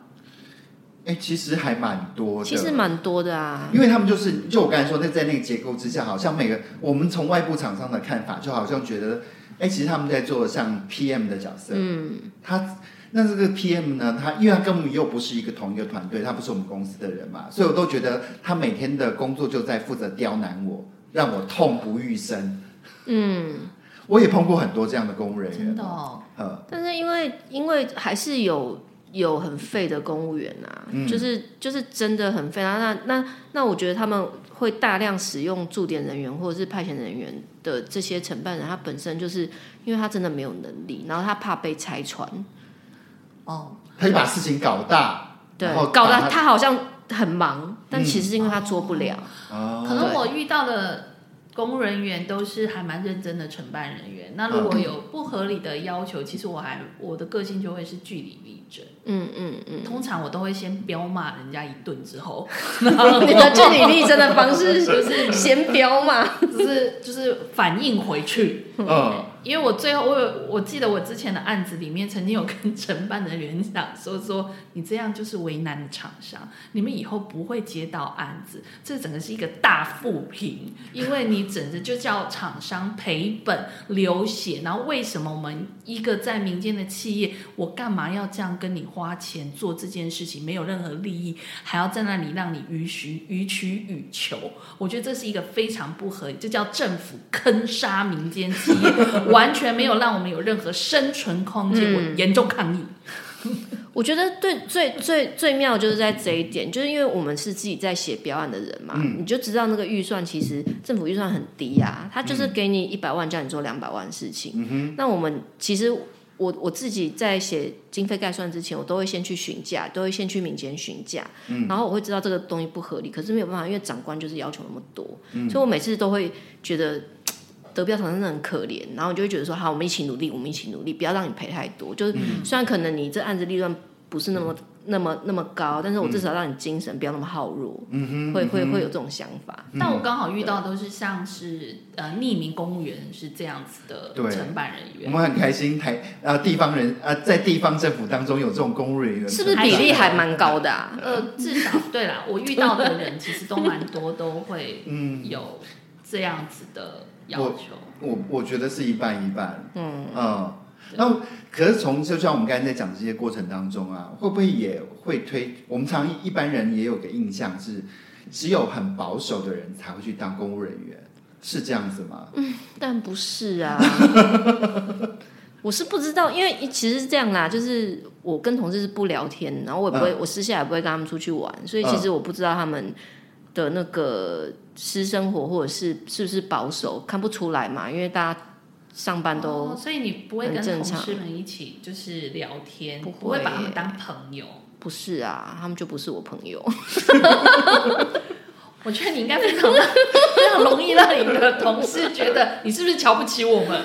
哎、其实还蛮多的。
其实蛮多的啊，
因为他们就是，就我刚才说，那在那个结构之下，好像每个我们从外部厂商的看法，就好像觉得，哎，其实他们在做像 PM 的角色，嗯，他那这个 PM 呢，他因为他跟我们又不是一个同一个团队，他不是我们公司的人嘛，所以我都觉得他每天的工作就在负责刁难我，让我痛不欲生。
嗯，
我也碰过很多这样的公务人员，
真的哦，
呃，
但是因为因为还是有有很废的公务员啊，
嗯
就是就是真的很废啊。那那那我觉得他们会大量使用驻点人员或者是派遣人员的这些承办人，他本身就是因为他真的没有能力，然后他怕被拆穿，
哦，
他就把事情搞大，
对
然后，
搞
把
得
他嗯
他好像很忙，但其实是因为他做不了。
哦
可能我遇到的公务人员都是还蛮认真的承办人员。那如果有不合理的要求，其实我还我的个性就会是据理力争。
嗯嗯嗯，
通常我都会先彪骂人家一顿之后，
嗯 你的据理力争 的方式就是先标嘛。
就是就是反应回去。
嗯，
因为我最后我有我记得我之前的案子里面曾经有跟承办人员讲说说你这样就是为难了厂商，你们以后不会接到案子，这整个是一个大负评，因为你整个就叫厂商赔本流血，然后为什么我们一个在民间的企业，我干嘛要这样跟你花钱做这件事情，没有任何利益，还要在那里让你予取予取予求？我觉得这是一个非常不合理，这叫政府坑杀民间企业，完全没有让我们有任何生存空间，我严重抗议。
我觉得对最最最妙就是在这一点，就是因为我们是自己在写标案的人嘛，
嗯
你就知道那个预算其实政府预算很低啊，他就是给你一百万，叫你做两百万事情。那我们其实我我自己在写经费概算之前，我都会先去询价，都会先去民间询价，然后我会知道这个东西不合理，可是没有办法，因为长官就是要求那么多，所以我每次都会觉得。嘖得标厂商真的很可怜，然后你就会觉得说好，我们一起努力，我们一起努力，不要让你赔太多。就是、虽然可能你这案子利润不是那么那么那么高，但是我至少让你精神不要那么耗弱，嗯、会会会有这种想法。
嗯
但我刚好遇到都是像是呃匿名公务员是这样子的
对
承办人
我
员，
们很开心台啊、地方人啊、在地方政府当中有这种公务人员，
是不是比例还蛮高的啊？
呃，至少对啦，我遇到的人其实都蛮多，都会有这样子的要求。
嗯我我觉得是一半一半，
嗯
嗯，那可是从就像我们刚才在讲这些过程当中啊，会不会也会推？我们常一般人也有个印象是，只有很保守的人才会去当公务人员，是这样子吗？
嗯但不是 啊，我是不知道，因为其实是这样啦，就是我跟同事是不聊天，然后我也不会，我私下也不会跟他们出去玩，所以其实我不知道他们的那个私生活或者是是不是保守，看不出来嘛，因为大家上班都
哦所以你不会跟
很正
同
常
事们一起就是聊天，
不
不
会
把他们当朋友。
不是啊，他们就不是我朋友，
我觉得你应该非常非常容易让你的同事觉得你是不是瞧不起我们，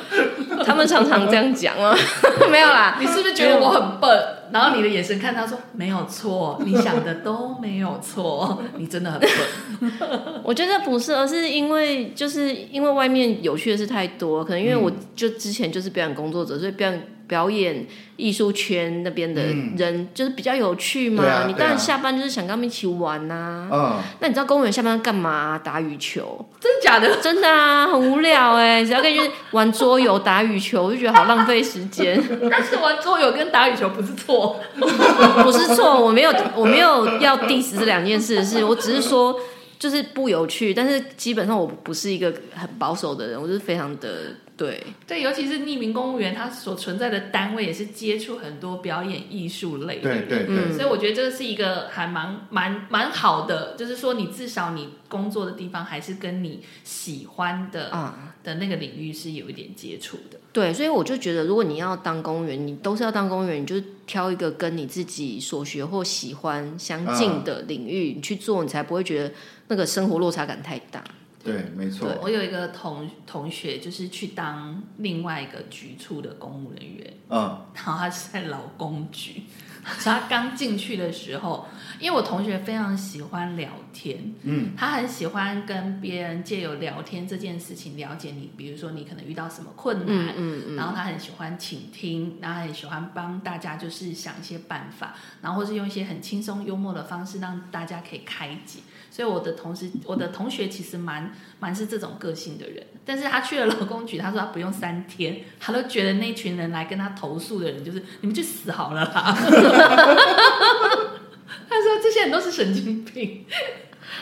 他们常常这样讲啊， 没有啦，
你是不是觉得我很笨？然后你的眼神看他说没有错， 你想的都没有错，你真的很 笨。
我觉得不是，而是因为就是因为外面有趣的事太多，可能因为
嗯
我就之前就是表演工作者，所以表演表演艺术圈那边的人、就是比较有趣嘛。
嗯对啊
你
对啊
当然下班就是想跟他们一起玩呐、
嗯，
那你知道公务员下班干嘛、打羽球，
真假的？
真的啊，很无聊哎、只要跟你去玩桌游、打羽球，我就觉得好浪费时间。
但是玩桌游跟打羽球不是错，
不是错， 我没有，我没有要 diss 这两件事的事，我只是说就是不有趣。但是基本上我不是一个很保守的人，我就是非常的对，
对，尤其是匿名公务员，他所存在的单位也是接触很多表演艺术类的
对对对，
嗯
所以我觉得这是一个还蛮蛮蛮好的，就是说你至少你工作的地方还是跟你喜欢的、
啊，
的那个领域是有一点接触的。
对，所以我就觉得，如果你要当公务员，你都是要当公务员，你就挑一个跟你自己所学或喜欢相近的领域，你去做，你才不会觉得那个生活落差感太大。
对，没错，
我有一个同同学，就是去当另外一个局处的公务人员，
嗯
然后他是在劳工局，所以他刚进去的时候，因为我同学非常喜欢聊天，
嗯，
他很喜欢跟别人借由聊天这件事情了解你，比如说你可能遇到什么困难，
嗯嗯嗯，
然后他很喜欢倾听，然后他很喜欢帮大家就是想一些办法，然后或是用一些很轻松幽默的方式让大家可以开解。所以我的同事，我的同学其实蛮蛮是这种个性的人，但是他去了劳工局，他说他不用三天，他都觉得那群人来跟他投诉的人就是你们去死好了啦。 他说这些人都是神经病。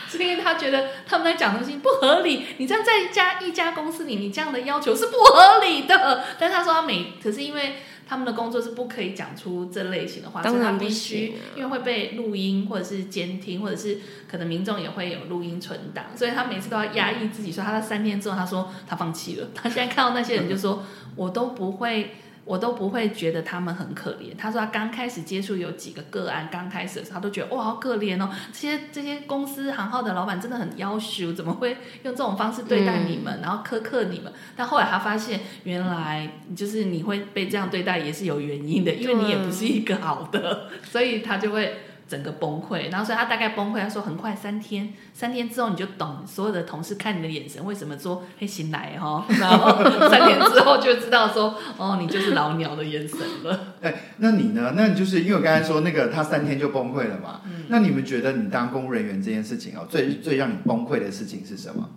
所以他觉得他们在讲东西不合理，你这样在一家一家公司里，你这样的要求是不合理的。但是他说他每，可是因为他们的工作是不可以讲出这类型的话，
当然
所以他必
不
须
行啊，
因为会被录音或者是监听，或者是可能民众也会有录音存档，所以他每次都要压抑自己，说他在三天之后，他说他放弃了。他现在看到那些人就说，我都不会。我都不会觉得他们很可怜。他说他刚开始接触有几个个案，刚开始的时候他都觉得哇好可怜哦，这些这些公司行号的老板真的很要求，怎么会用这种方式对待你们，然后苛刻你们？但后来他发现，原来就是 你会被这样对待也是有原因的，因为你也不是一个好的，所以他就会整个崩溃，然后所以他大概崩溃，他说很快三天，三天之后你就懂，所有的同事看你的眼神，为什么说嘿醒来哦，然后三天之后就知道说哦，你就是老鸟的眼神 了。
哎，那你呢？那你就是因为我刚才说那个他三天就崩溃了嘛。
嗯
那你们觉得你当公务人员这件事情哦，最最让你崩溃的事情是什么？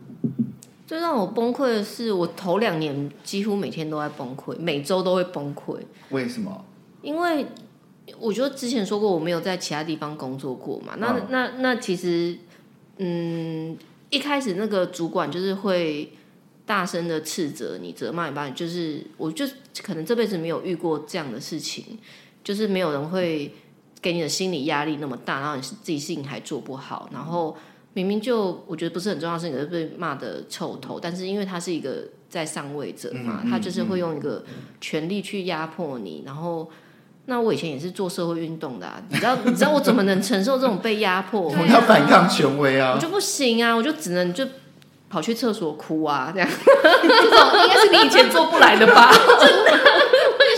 最让我崩溃的是，我头两年几乎每天都在崩溃，每周都会崩溃，
为什么？
因为我就之前说过，我没有在其他地方工作过嘛。那、
嗯
那那其实，嗯，一开始那个主管就是会大声的斥责你、责骂你，把你就是，我就可能这辈子没有遇过这样的事情，就是没有人会给你的心理压力那么大，然后你自己事情还做不好，然后明明就我觉得不是很重要的事情，可是被骂的臭头。但是因为他是一个在上位者嘛，
嗯嗯
他就是会用一个权力去压迫你，然后。那我以前也是做社会运动的、啊，你知道，你知道我怎么能承受这种被压迫？我
我
对啊
们要反抗权威
我
啊！
就不行啊，我就只能就跑去厕所哭啊，这样。
这种应该是你以前做不来的吧？真的，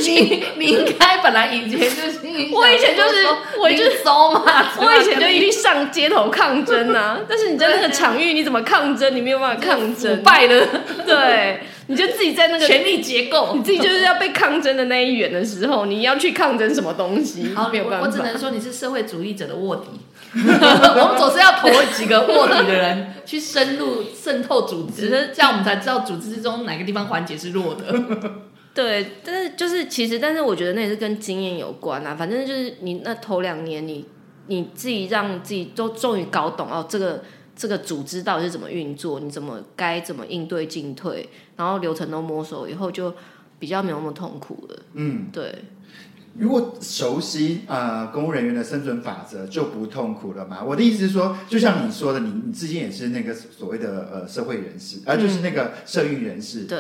你你应该本来以前就是，
我以前就是我就是
走嘛，
我以前就一定上街头抗争 啊，但是你在那个场域你怎么抗争？你没有办法抗争，
败了
对，你就自己在那个
权力结构，
你自己就是要被抗争的那一员的时候，你要去抗争什么东西？
好，
没有
我
办
我只
法。
能说你是社会主义者的卧 底。我们总是要投几个卧底的人去深入渗透组织，这样我们才知道组织之中哪个地方环节是弱的。
对，但是就是其实，但是我觉得那也是跟经验有关啊。反正就是你那头两年你，你自己让自己都终于搞懂哦，这个这个组织到底是怎么运作，你怎么该怎么应对进退，然后流程都摸熟以后，就比较没有那么痛苦了。
嗯，
对，
如果熟悉呃公务人员的生存法则，就不痛苦了嘛。我的意思是说，就像你说的，你你之前也是那个所谓的呃社会人士，啊、
嗯
就是那个社运人士。
对，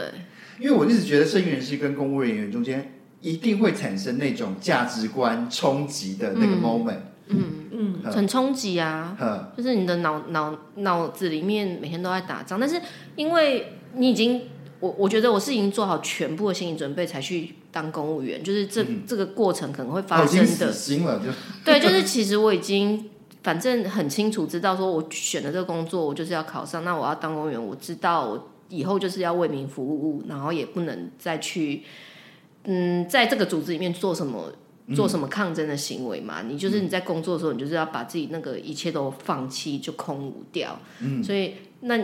因为我一直觉得社运人士跟公务人员中间一定会产生那种价值观冲击的那个
嗯
moment。
嗯，
嗯，
嗯
很冲击啊。
呃
就是你的脑脑脑子里面每天都在打仗，但是因为你已经，我我觉得我是已经做好全部的心理准备才去当公务员，就是这、这个过程可能会发
嗯哦我已
生
经死
的，
心了，就
对，就是其实我已经反正很清楚知道，说我选的这个工作我就是要考上，那我要当公务员，我知道我以后就是要为民服务，然后也不能再去嗯在这个组织里面做什么。做什么抗争的行为嘛？你就是你在工作的时候，你就是要把自己那个一切都放弃，就空无掉。嗯，所以那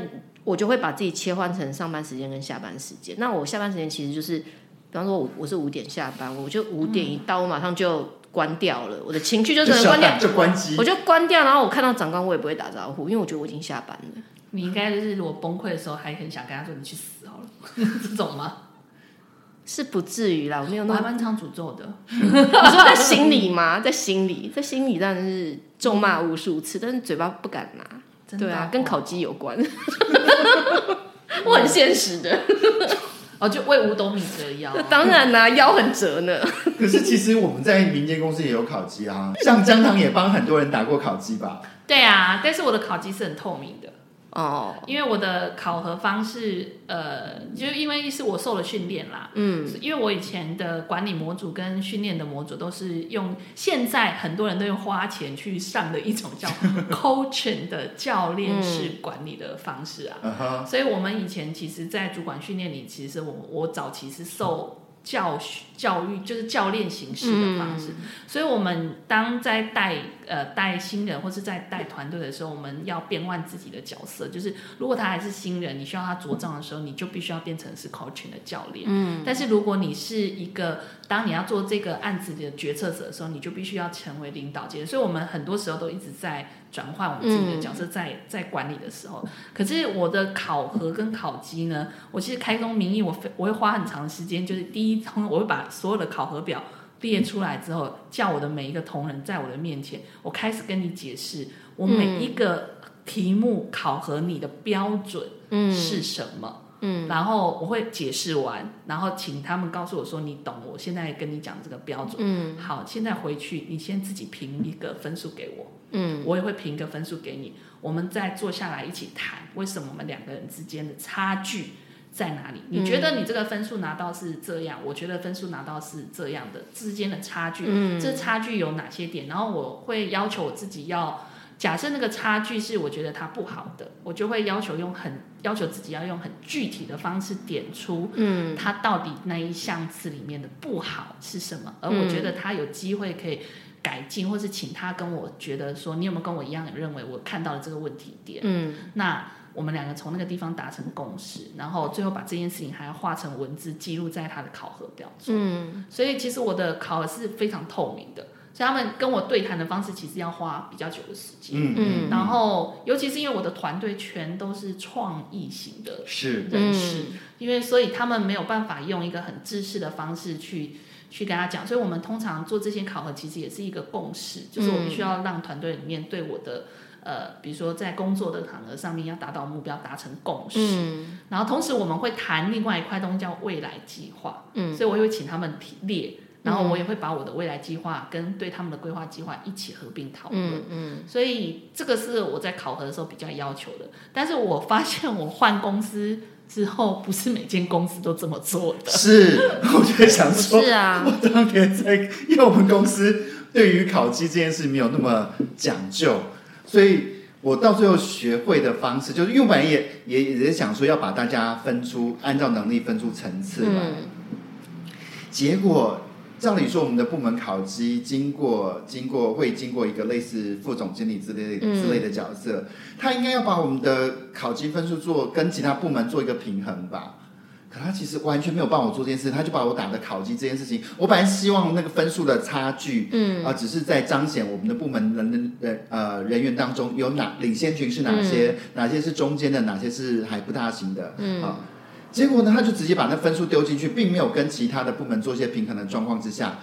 我就会把自己切换成上班时间跟下班时间。那我下班时间其实就是，比方说我我是五点下班，我就五点一到，我马上就关掉了，我的情绪就只能关
小
掉
打，就关机
我。就关掉。然后我看到长官，我也不会打招呼，因为我觉得我已经下班了。
你应该就是我崩溃的时候还很想跟他说你去死好了，这种吗？
是不至于啦，我没有
我
那
还
么。
蛮常诅咒的，
你说在心里吗？在心里，在心里当然是咒骂无数次，但是嘴巴不敢拿。
真的
对啊
哦，
跟烤鸡有关。 我很现实的，
哦，就为五斗米折腰。
当然啦、腰很折呢。
可是其实我们在民间公司也有烤鸡啊，像姜糖也帮很多人打过烤鸡吧。
对啊，但是我的烤鸡是很透明的，
哦，
因为我的考核方式，呃，就是因为是我受了训练啦，
嗯，
因为我以前的管理模组跟训练的模组都是用现在很多人都用花钱去上的一种叫 coaching 的教练式管理的方式啊，
嗯哼，
所以我们以前其实，在主管训练里，其实我我早期是受教学教育，就是教练形式的方式。所以我们当在带呃带新人或是在带团队的时候，我们要变换自己的角色。就是如果他还是新人，你需要他茁壮的时候，你就必须要变成是 coaching 的教练。嗯，但是如果你是一个当你要做这个案子的决策者的时候，你就必须要成为领导阶层。所以我们很多时候都一直在转换我们自己的角色在，在管理的时候。可是我的考核跟考绩呢，我其实开宗明义，我非我会花很长时间，就是第一通我会把所有的考核表列出来之后，叫我的每一个同仁在我的面前，我开始跟你解释我每一个题目考核你的标准是什么。嗯，然后我会解释完，然后请他们告诉我说你懂，我现在跟你讲这个标准。嗯，好，现在回去你先自己评一个分数给我。嗯，我也会评一个分数给你。我们再坐下来一起谈，为什么我们两个人之间的差距在哪里？你觉得你这个分数拿到是这样，我觉得分数拿到是这样的之间的差距，这差距有哪些点？然后我会要求我自己要。假设那个差距是我觉得它不好的，我就会要求用很要求自己要用很具体的方式点出，嗯，它到底那一项次里面的不好是什么，而我觉得他有机会可以改进，或是请他跟我觉得说，你有没有跟我一样认为我看到了这个问题点？
嗯，
那我们两个从那个地方达成共识，然后最后把这件事情还要画成文字记录在他的考核表中。嗯，所以其实我的考核是非常透明的，所以他们跟我对谈的方式其实要花比较久的时间。
嗯
嗯
然后，尤其是因为我的团队全都是创意型的
是
人士，因为所以他们没有办法用一个很制式的方式去去跟他讲，所以我们通常做这些考核，其实也是一个共识，就是我必须要让团队里面对我的呃，比如说在工作的场合上面要达到目标，达成共识。
嗯
然后同时我们会谈另外一块东西叫未来计划，嗯，所以我会请他们提列，然
嗯
后我也会把我的未来计划跟对他们的规划计划一起合并讨论，
嗯嗯，
所以这个是我在考核的时候比较要求的。但是我发现我换公司之后，不是每间公司都这么做的。
是， 我就在想
不
说，
是啊，
我当年在，因为我们公司对于烤鸡这件事没有那么讲究，所以我到最后学会的方式，就是因为我本来也也也在想说要把大家分出，按照能力分出层次嘛。
嗯
结果照理说，我们的部门考鸡经过经过会经过一个类似副总经理之类
嗯
之类的角色，他应该要把我们的考鸡分数做跟其他部门做一个平衡吧。可他其实完全没有帮我做这件事，他就把我打的考鸡这件事情，我本来希望那个分数的差距，嗯，啊、只是在彰显我们的部门人人人呃人员当中有哪领先群是哪些，哪些是中间的，哪些是还不大行的，嗯啊、结果呢，他就直接把那分数丢进去，并没有跟其他的部门做一些平衡的状况之下，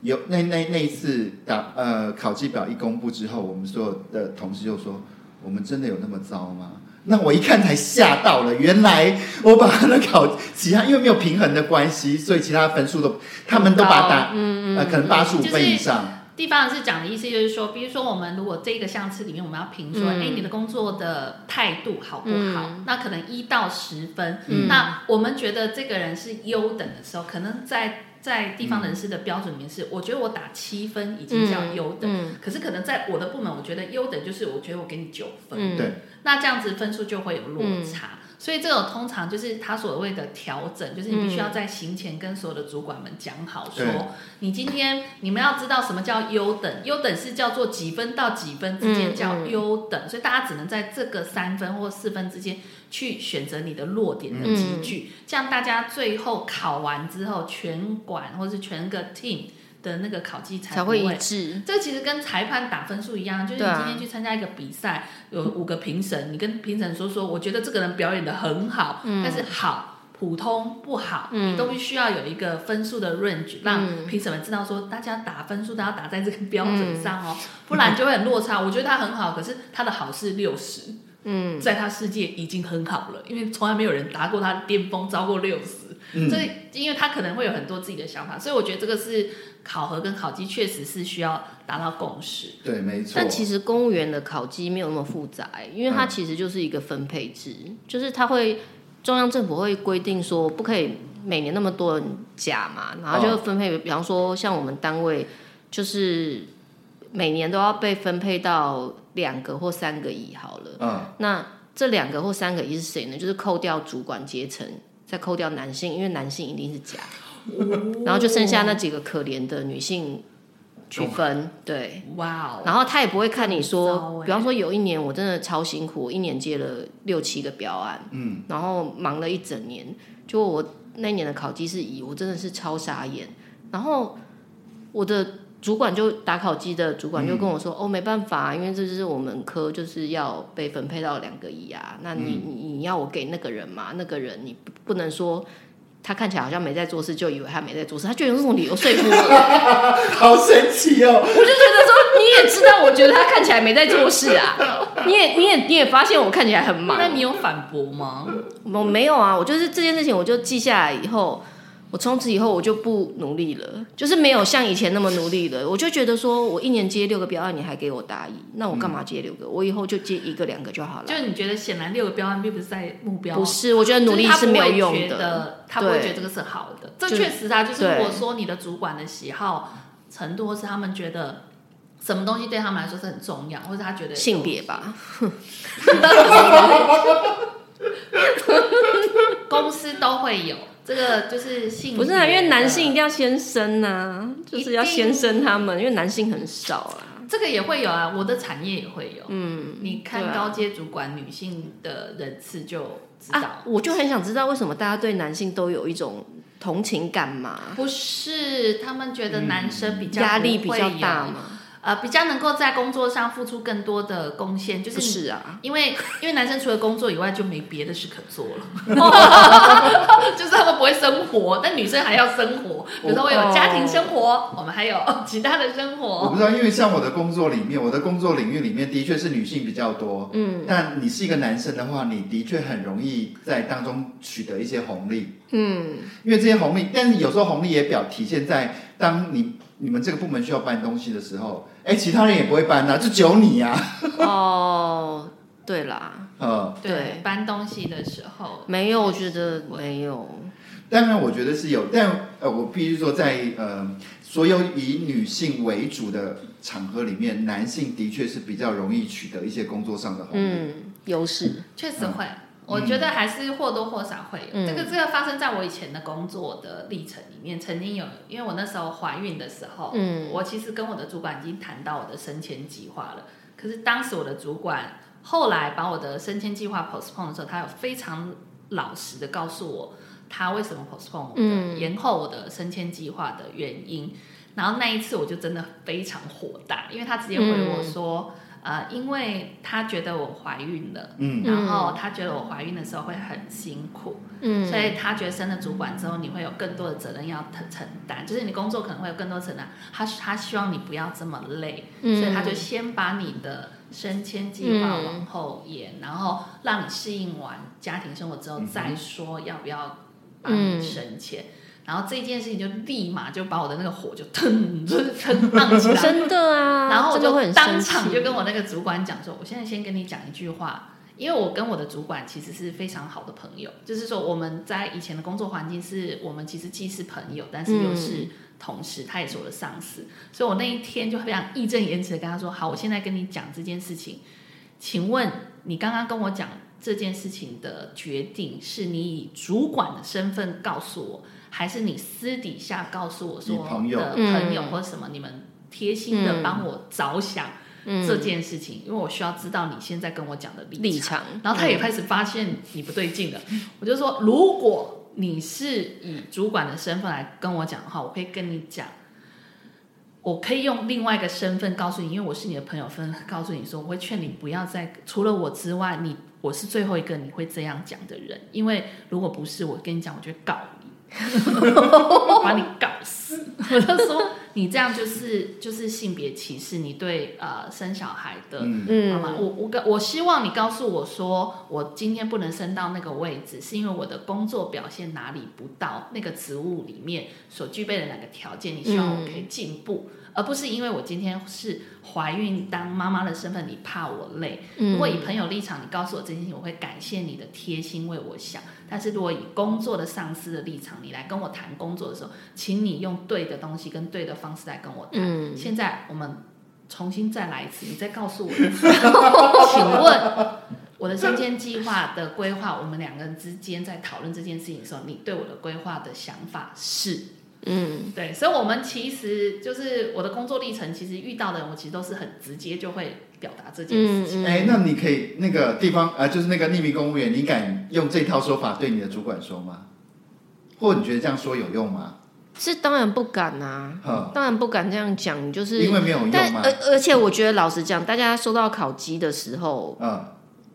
有那那那一次打呃考绩表一公布之后，我们所有的同事就说：“我们真的有那么糟吗？”那我一看才吓到了，原来我把那考其他因为没有平衡的关系，所以其他分数都他们都把打呃可能八十五
就是
分以上，
地方是讲的意思就是说，比如说我们如果这个项次里面我们要评说，哎、
嗯
你的工作的态度好不好？
嗯
那可能一到十分，
嗯
那我们觉得这个人是优等的时候，可能在在地方人士的标准里面是，我觉得我打七分已经叫优等，
嗯
可是可能在我的部门，我觉得优等就是我觉得我给你九分，
嗯
对
那这样子分数就会有落差。所以这种通常就是他所谓的调整，就是你必
嗯
须要在行前跟所有的主管们讲好说，
对
你今天你们要知道什么叫优等，优等是叫做几分到几分之间
嗯
叫
嗯
优等，所以大家只能在这个三分或四分之间去选择你的落点
嗯
的集聚，这样大家最后考完之后，全管或是全个 team 的那个考绩才
才
不
会
会
一致，
这其实跟裁判打分数一样，就是
嗯对
你
啊
今天去参加一个比赛，有五个评审，你跟评审说说，我觉得这个人表演的很好，
嗯
但是好、普通、不好，你都必须要有一个分数的 range，、让评审们知道说，大家打分数都要打在这个标准上哦，
嗯
不然就会很落差。我觉得他很好，可是他的好是六十，
嗯
在他世界已经很好了，因为从来没有人达过他的巅峰，超过六十。
嗯
所以，因为他可能会有很多自己的想法，所以我觉得这个是考核跟考绩确实是需要达到共识。
对，没错
但，其实公务员的考绩没有那么复杂、欸因为它其实就是一个分配制，就是它会中央政府会规定说不可以每年那么多人假嘛，然后就分配，比方说像我们单位就是每年都要被分配到两个或三个亿好了，
嗯
那这两个或三个亿是谁呢？就是扣掉主管阶层，再扣掉男性，因为男性一定是假，然后就剩下那几个可怜的女性去分，对。
哇哦，
然后他也不会看你
很糟
说，
欸
比方说有一年我真的超辛苦，我一年接了六七个标案，
嗯，
然后忙了一整年，就我那一年的考绩是乙，我真的是超傻眼。然后我的主管就打考绩的主管就跟我
嗯
说，哦，没办法，因为这就是我们科就是要被分配到两个乙啊，那你、
嗯
你你要我给那个人嘛，那个人你不不能说。他看起来好像没在做事，就以为他没在做事，他就用这种理由说服我。
好神奇哦，
我就觉得说，你也知道，我觉得他看起来没在做事 啊，你也你也你也发现我看起来很忙
那，你有反驳吗？
我没有啊，我就是这件事情，我就记下来以后，我从此以后我就不努力了，就是没有像以前那么努力了。我就觉得说，我一年接六个标案，你还给我答疑，那我干嘛接六个？我以后就接一个两个就好了。
就你觉得显然六个标案并不是在目标，
不是，我觉得努力
就是
是没
他
有
不会
用
觉
的。
得，他不会
对
觉得这个是好的。这
就是
确实啊，就是
对
如果说你的主管的喜好程度，或是他们觉得什么东西对他们来说是很重要，或者他觉得
性别吧，
公司都会有这个，就是性别
不是啊，因为男性一
的
定要先生呐、就是要先生他们，因为男性很少啊。
这个也会有啊，我的产业也会有。
嗯，
你
对
看
啊
高阶主管女性的人次就知道。
啊，我就很想知道为什么大家对男性都有一种同情感嘛，
不是，他们觉得男生比较
嗯压力比
不会
较
有
大，嘛？
呃，比较能够在工作上付出更多的贡献，就
不
是你
是啊，
因为因为男生除了工作以外就没别的事可做 了，就是他们不会生活，但女生还要生活，比如说我有家庭生
哦
活，我们还有其他的生
我不
活。
知道，因为像我的工作里面，我的工作领域里面的确是女性比较多。嗯，但你是一个男生的话，你的确很容易在当中取得一些红利。
嗯，
因为这些红利，但是有时候红利也表体现在当你你们这个部门需要搬东西的时候，哎，其他人也不会搬啊，就只有你啊。
哦，对啦，
呃，
对
对，搬东西的时候
没有，我觉得没有，
当然我觉得是有，但呃，我必须说在，呃所有以女性为主的场合里面，男性的确是比较容易取得一些工作上的红利。
嗯，优势，
确实会，我觉得还是或多或少会有。
嗯
这个这个发生在我以前的工作的历程里面，曾经有，因为我那时候怀孕的时候，
嗯
我其实跟我的主管已经谈到我的升迁计划了，可是当时我的主管后来把我的升迁计划 postpone 的时候，他有非常老实的告诉我他为什么 postpone 我的、
嗯
延后我的升迁计划的原因。然后那一次我就真的非常火大，因为他直接回我
嗯
说，呃，因为他觉得我怀孕了。
嗯
然后他觉得我怀孕的时候会很辛苦，
嗯
所以他觉得升了主管之后，你会有更多的责任要承承担，就是你工作可能会有更多承担。他他希望你不要这么累，
嗯
所以他就先把你的升迁计划
嗯
往后延，然后让你适应完家庭生活之后再说要不要帮你升迁。然后这件事情就立马就把我的那个火就腾，就是腾荡起来，
真的啊，
然后我
真的会
就
很
当
生
场
气
就跟我那个主管讲说，我现在先跟你讲一句话，因为我跟我的主管其实是非常好的朋友，就是说我们在以前的工作环境是我们其实既是朋友，但是又
嗯
是同事，他也是我的上司，所以我那一天就非常义正言辞的跟他说，好，我现在跟你讲这件事情，请问你刚刚跟我讲这件事情的决定，是你以主管的身份告诉我，还是你私底下告诉我说
你朋友
的朋友
嗯
或什么你们贴心的帮我着想这件事情，因为我需要知道你现在跟我讲的
立场，
然后他也开始发现你不对劲了，我就说，如果你是以主管的身份来跟我讲的话，我可以跟你讲，我可以用另外一个身份告诉你，因为我是你的朋友分告诉你说，我会劝你不要再除了我之外，你我是最后一个你会这样讲的人，因为如果不是我跟你讲，我就会告你。 把你搞死！我就说你这样就是就是性别歧视，你对呃生小孩的
嗯
好吗？
嗯
我我跟我希望你告诉我说，我今天不能升到那个位置，是因为我的工作表现哪里不到那个职务里面所具备的哪个条件，你希望我可以进步，而不是因为我今天是怀孕当妈妈的身份，你怕我累。如果以朋友立场，你告诉我这件事情，我会感谢你的贴心为我想。但是如果以工作的上司的立场，你来跟我谈工作的时候，请你用对的东西跟对的方式来跟我谈。
嗯，
现在我们重新再来一次，你再告诉我一次，请 问我的升迁计划的规划，我们两个人之间在讨论这件事情的时候，你对我的规划的想法是？
嗯
对，所以我们其实就是我的工作历程，其实遇到的人，我其实都是很直接就会表达这件事
嗯
情。
嗯，
哎，那你可以那个地方啊、呃就是那个匿名公务员，你敢用这套说法对你的主管说吗？或你觉得这样说有用吗？
这当然不敢啊，
哈，
当然不敢这样讲，就是
因为没有用
但
嘛
而。而且我觉得，老实讲，大家收到烤鸡的时候
嗯，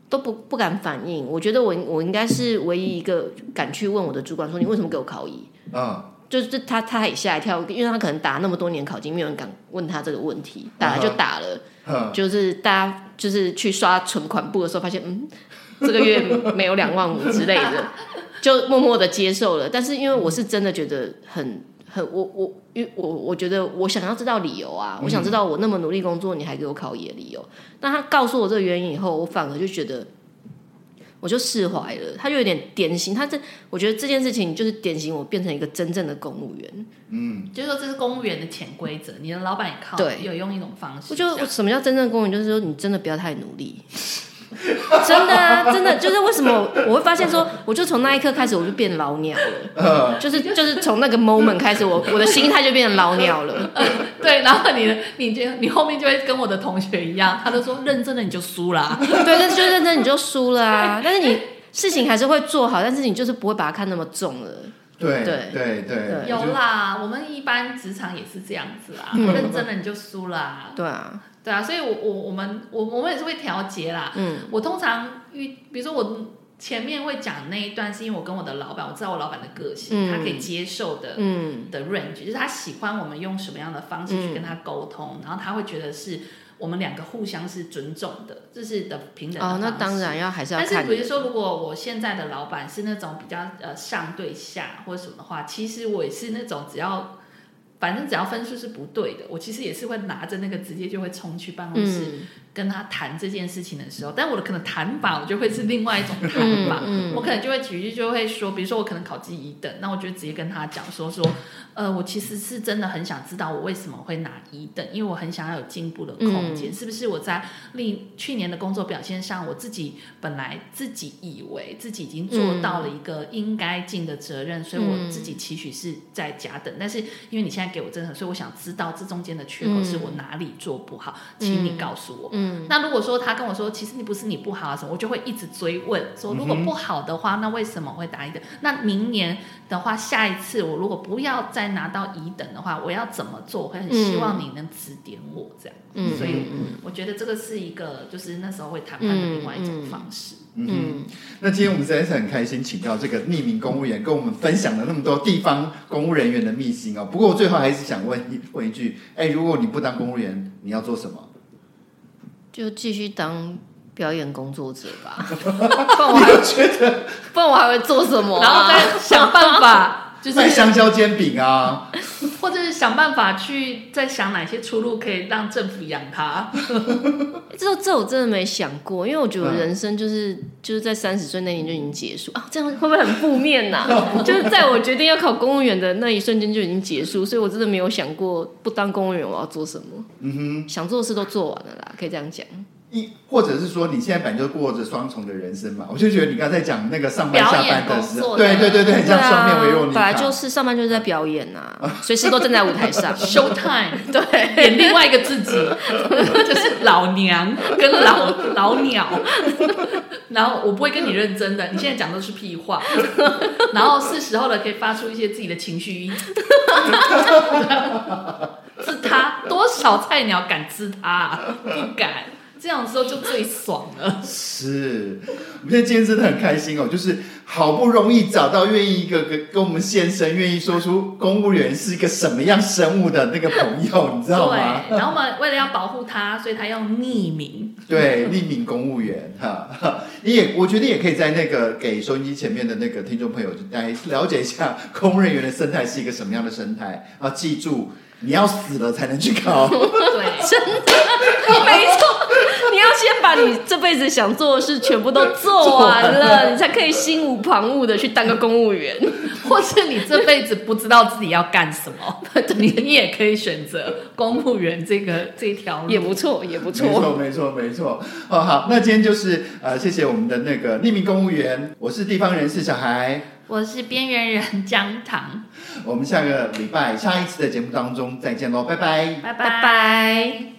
都不不敢反应。我觉得我我应该是唯一一个敢去问我的主管说：“你为什么给我烤鸡
嗯，？”
就是他他也吓一跳，因为他可能打那么多年烤鸡，没有人敢问他这个问题，打了就打了。
嗯，
就是大家就是去刷存款簿的时候，发现嗯，这个月 没有两万五之类的，就默默的接受了。但是因为我是真的觉得很很，我我因为我我觉得我想要知道理由啊，我想知道我那么努力工作，你还给我考研理由。那他告诉我这个原因以后，我反而就觉得。我就释怀了，他就有点典型，他这我觉得这件事情就是典型我变成一个真正的公务员。
嗯，
就是说这是公务员的潜规则，你的老板也靠
对
有用一种方式。
我就
这
我
样
什么叫真正的公务员，就是说你真的不要太努力， 真的啊，真的就是为什么我会发现说，我就从那一刻开始我就变老鸟了，
嗯
呃，
就是就是从那个 moment 开始，我我的心态就变成老鸟了。
对，然后你的你就你后面就会跟我的同学一样，他都说认真的你就输啊啦。
对，但是就认真你就输了啊，但是你事情还是会做好，但是你就是不会把它看那么重了。
对
对
对对，
有
我就
啦，我们一般职场也是这样子啊，
嗯
认真了你就输啦。
对啊，
对啊，所以我我我们我我们也是会调节啦。
嗯
我通常遇，比如说我前面会讲那一段，是因为我跟我的老板，我知道我老板的个性，
嗯
他可以接受的。
嗯
的 range，就是他喜欢我们用什么样的方式去跟他沟通，然后他会觉得是我们两个互相是尊重的，这是的平等的
哦，那
方
当
式
然要还是要
但是
看
比如说，如果我现在的老板是那种比较呃上对下或者什么的话，其实我也是那种只要反正只要分数是不对的，我其实也是会拿着那个直接就会冲去办公室、
嗯
跟他谈这件事情的时候，但我的可能谈法我就会是另外一种谈法。
嗯
我
嗯
可能就会举例，就会说，比如说我可能考第一等，那我就直接跟他讲说说，呃，我其实是真的很想知道我为什么会拿一等，因为我很想要有进步的空间，是不是我在另去年的工作表现上，我自己本来自己以为自己已经做到了一个应该尽的责任，所以我自己期许是在甲等，但是因为你现在给我真的，所以我想知道这中间的缺口是我哪里做不好，请你告诉我。
嗯
那如果说他跟我说，其实你不是你不好啊什么，我就会一直追问说，如果不好的话，那为什么会打一等？那明年的话，下一次我如果不要再拿到乙等的话，我要怎么做？我会很希望你能指点我这样。
嗯
所以我觉得这个是一个，就是那时候会谈判的另外一种方式。
嗯哼。
嗯，
那今天我们实在是很开心，请到这个匿名公务员跟我们分享了那么多地方公务人员的秘辛哦。不过我最后还是想问一问一句，哎，如果你不当公务员，你要做什么？
就继续当表演工作者吧， 不然我还
觉得
不然我还会做什么啊、
然后再 想办法，就
卖
是
香蕉煎饼啊，
或者是想办法去再想哪些出路可以让政府养他。
这这我真的没想过，因为我觉得我人生就是、就是在三十岁那年就已经结束啊，这样会不会很负面呐、 就是在我决定要考公务员的那一瞬间就已经结束，所以我真的没有想过不当公务员我要做什么，
嗯哼，
想做的事都做完了啦，可以这样讲。
一或者是说你现在本来就过着双重的人生嘛。我就觉得你刚才讲那个上班下班的时候，
表
对
演
对
工作的
对对，很
对
像双面维
啊
若，妮
本来
卡。
就是上班就是在表演 呐、随时都站在舞台 上。
show time，对，演另外一个自己，就是老娘跟老老鸟。然后我不会跟你认真的，你现在讲都是屁话。然后是时候了，可以发出一些自己的情绪音。 是他多少菜鸟敢吃他、啊不敢。这样的时候就最爽了。
是，我们现在今天真的很开心哦，就是好不容易找到愿意一个跟跟我们先生愿意说出公务员是一个什么样生物的那个朋友，你知
对，
道吗？
然后我们为了要保护他，所以他要匿名。
对，匿名公务员哈， 哈你也我觉得也可以在那个给收音机前面的那个听众朋友来了解一下 公务人员的生态是一个什么样的生态啊！记住，你要死了才能去考。
对，
没错，你要先把你这辈子想做的事全部都 做完了，你才可以心无旁骛的去当个公务员。
或是你这辈子不知道自己要干什 么，你你也可以选择公务员这个这条
也
路。
不错，也不
没
错。
错，没错，没错。哦，好，那今天就是呃，谢谢我们的那个匿名公务员，我是地方人士小孩。
我是边缘人姜糖，
我们下个礼拜下一次的节目当中再见喽，拜拜。
拜
拜拜。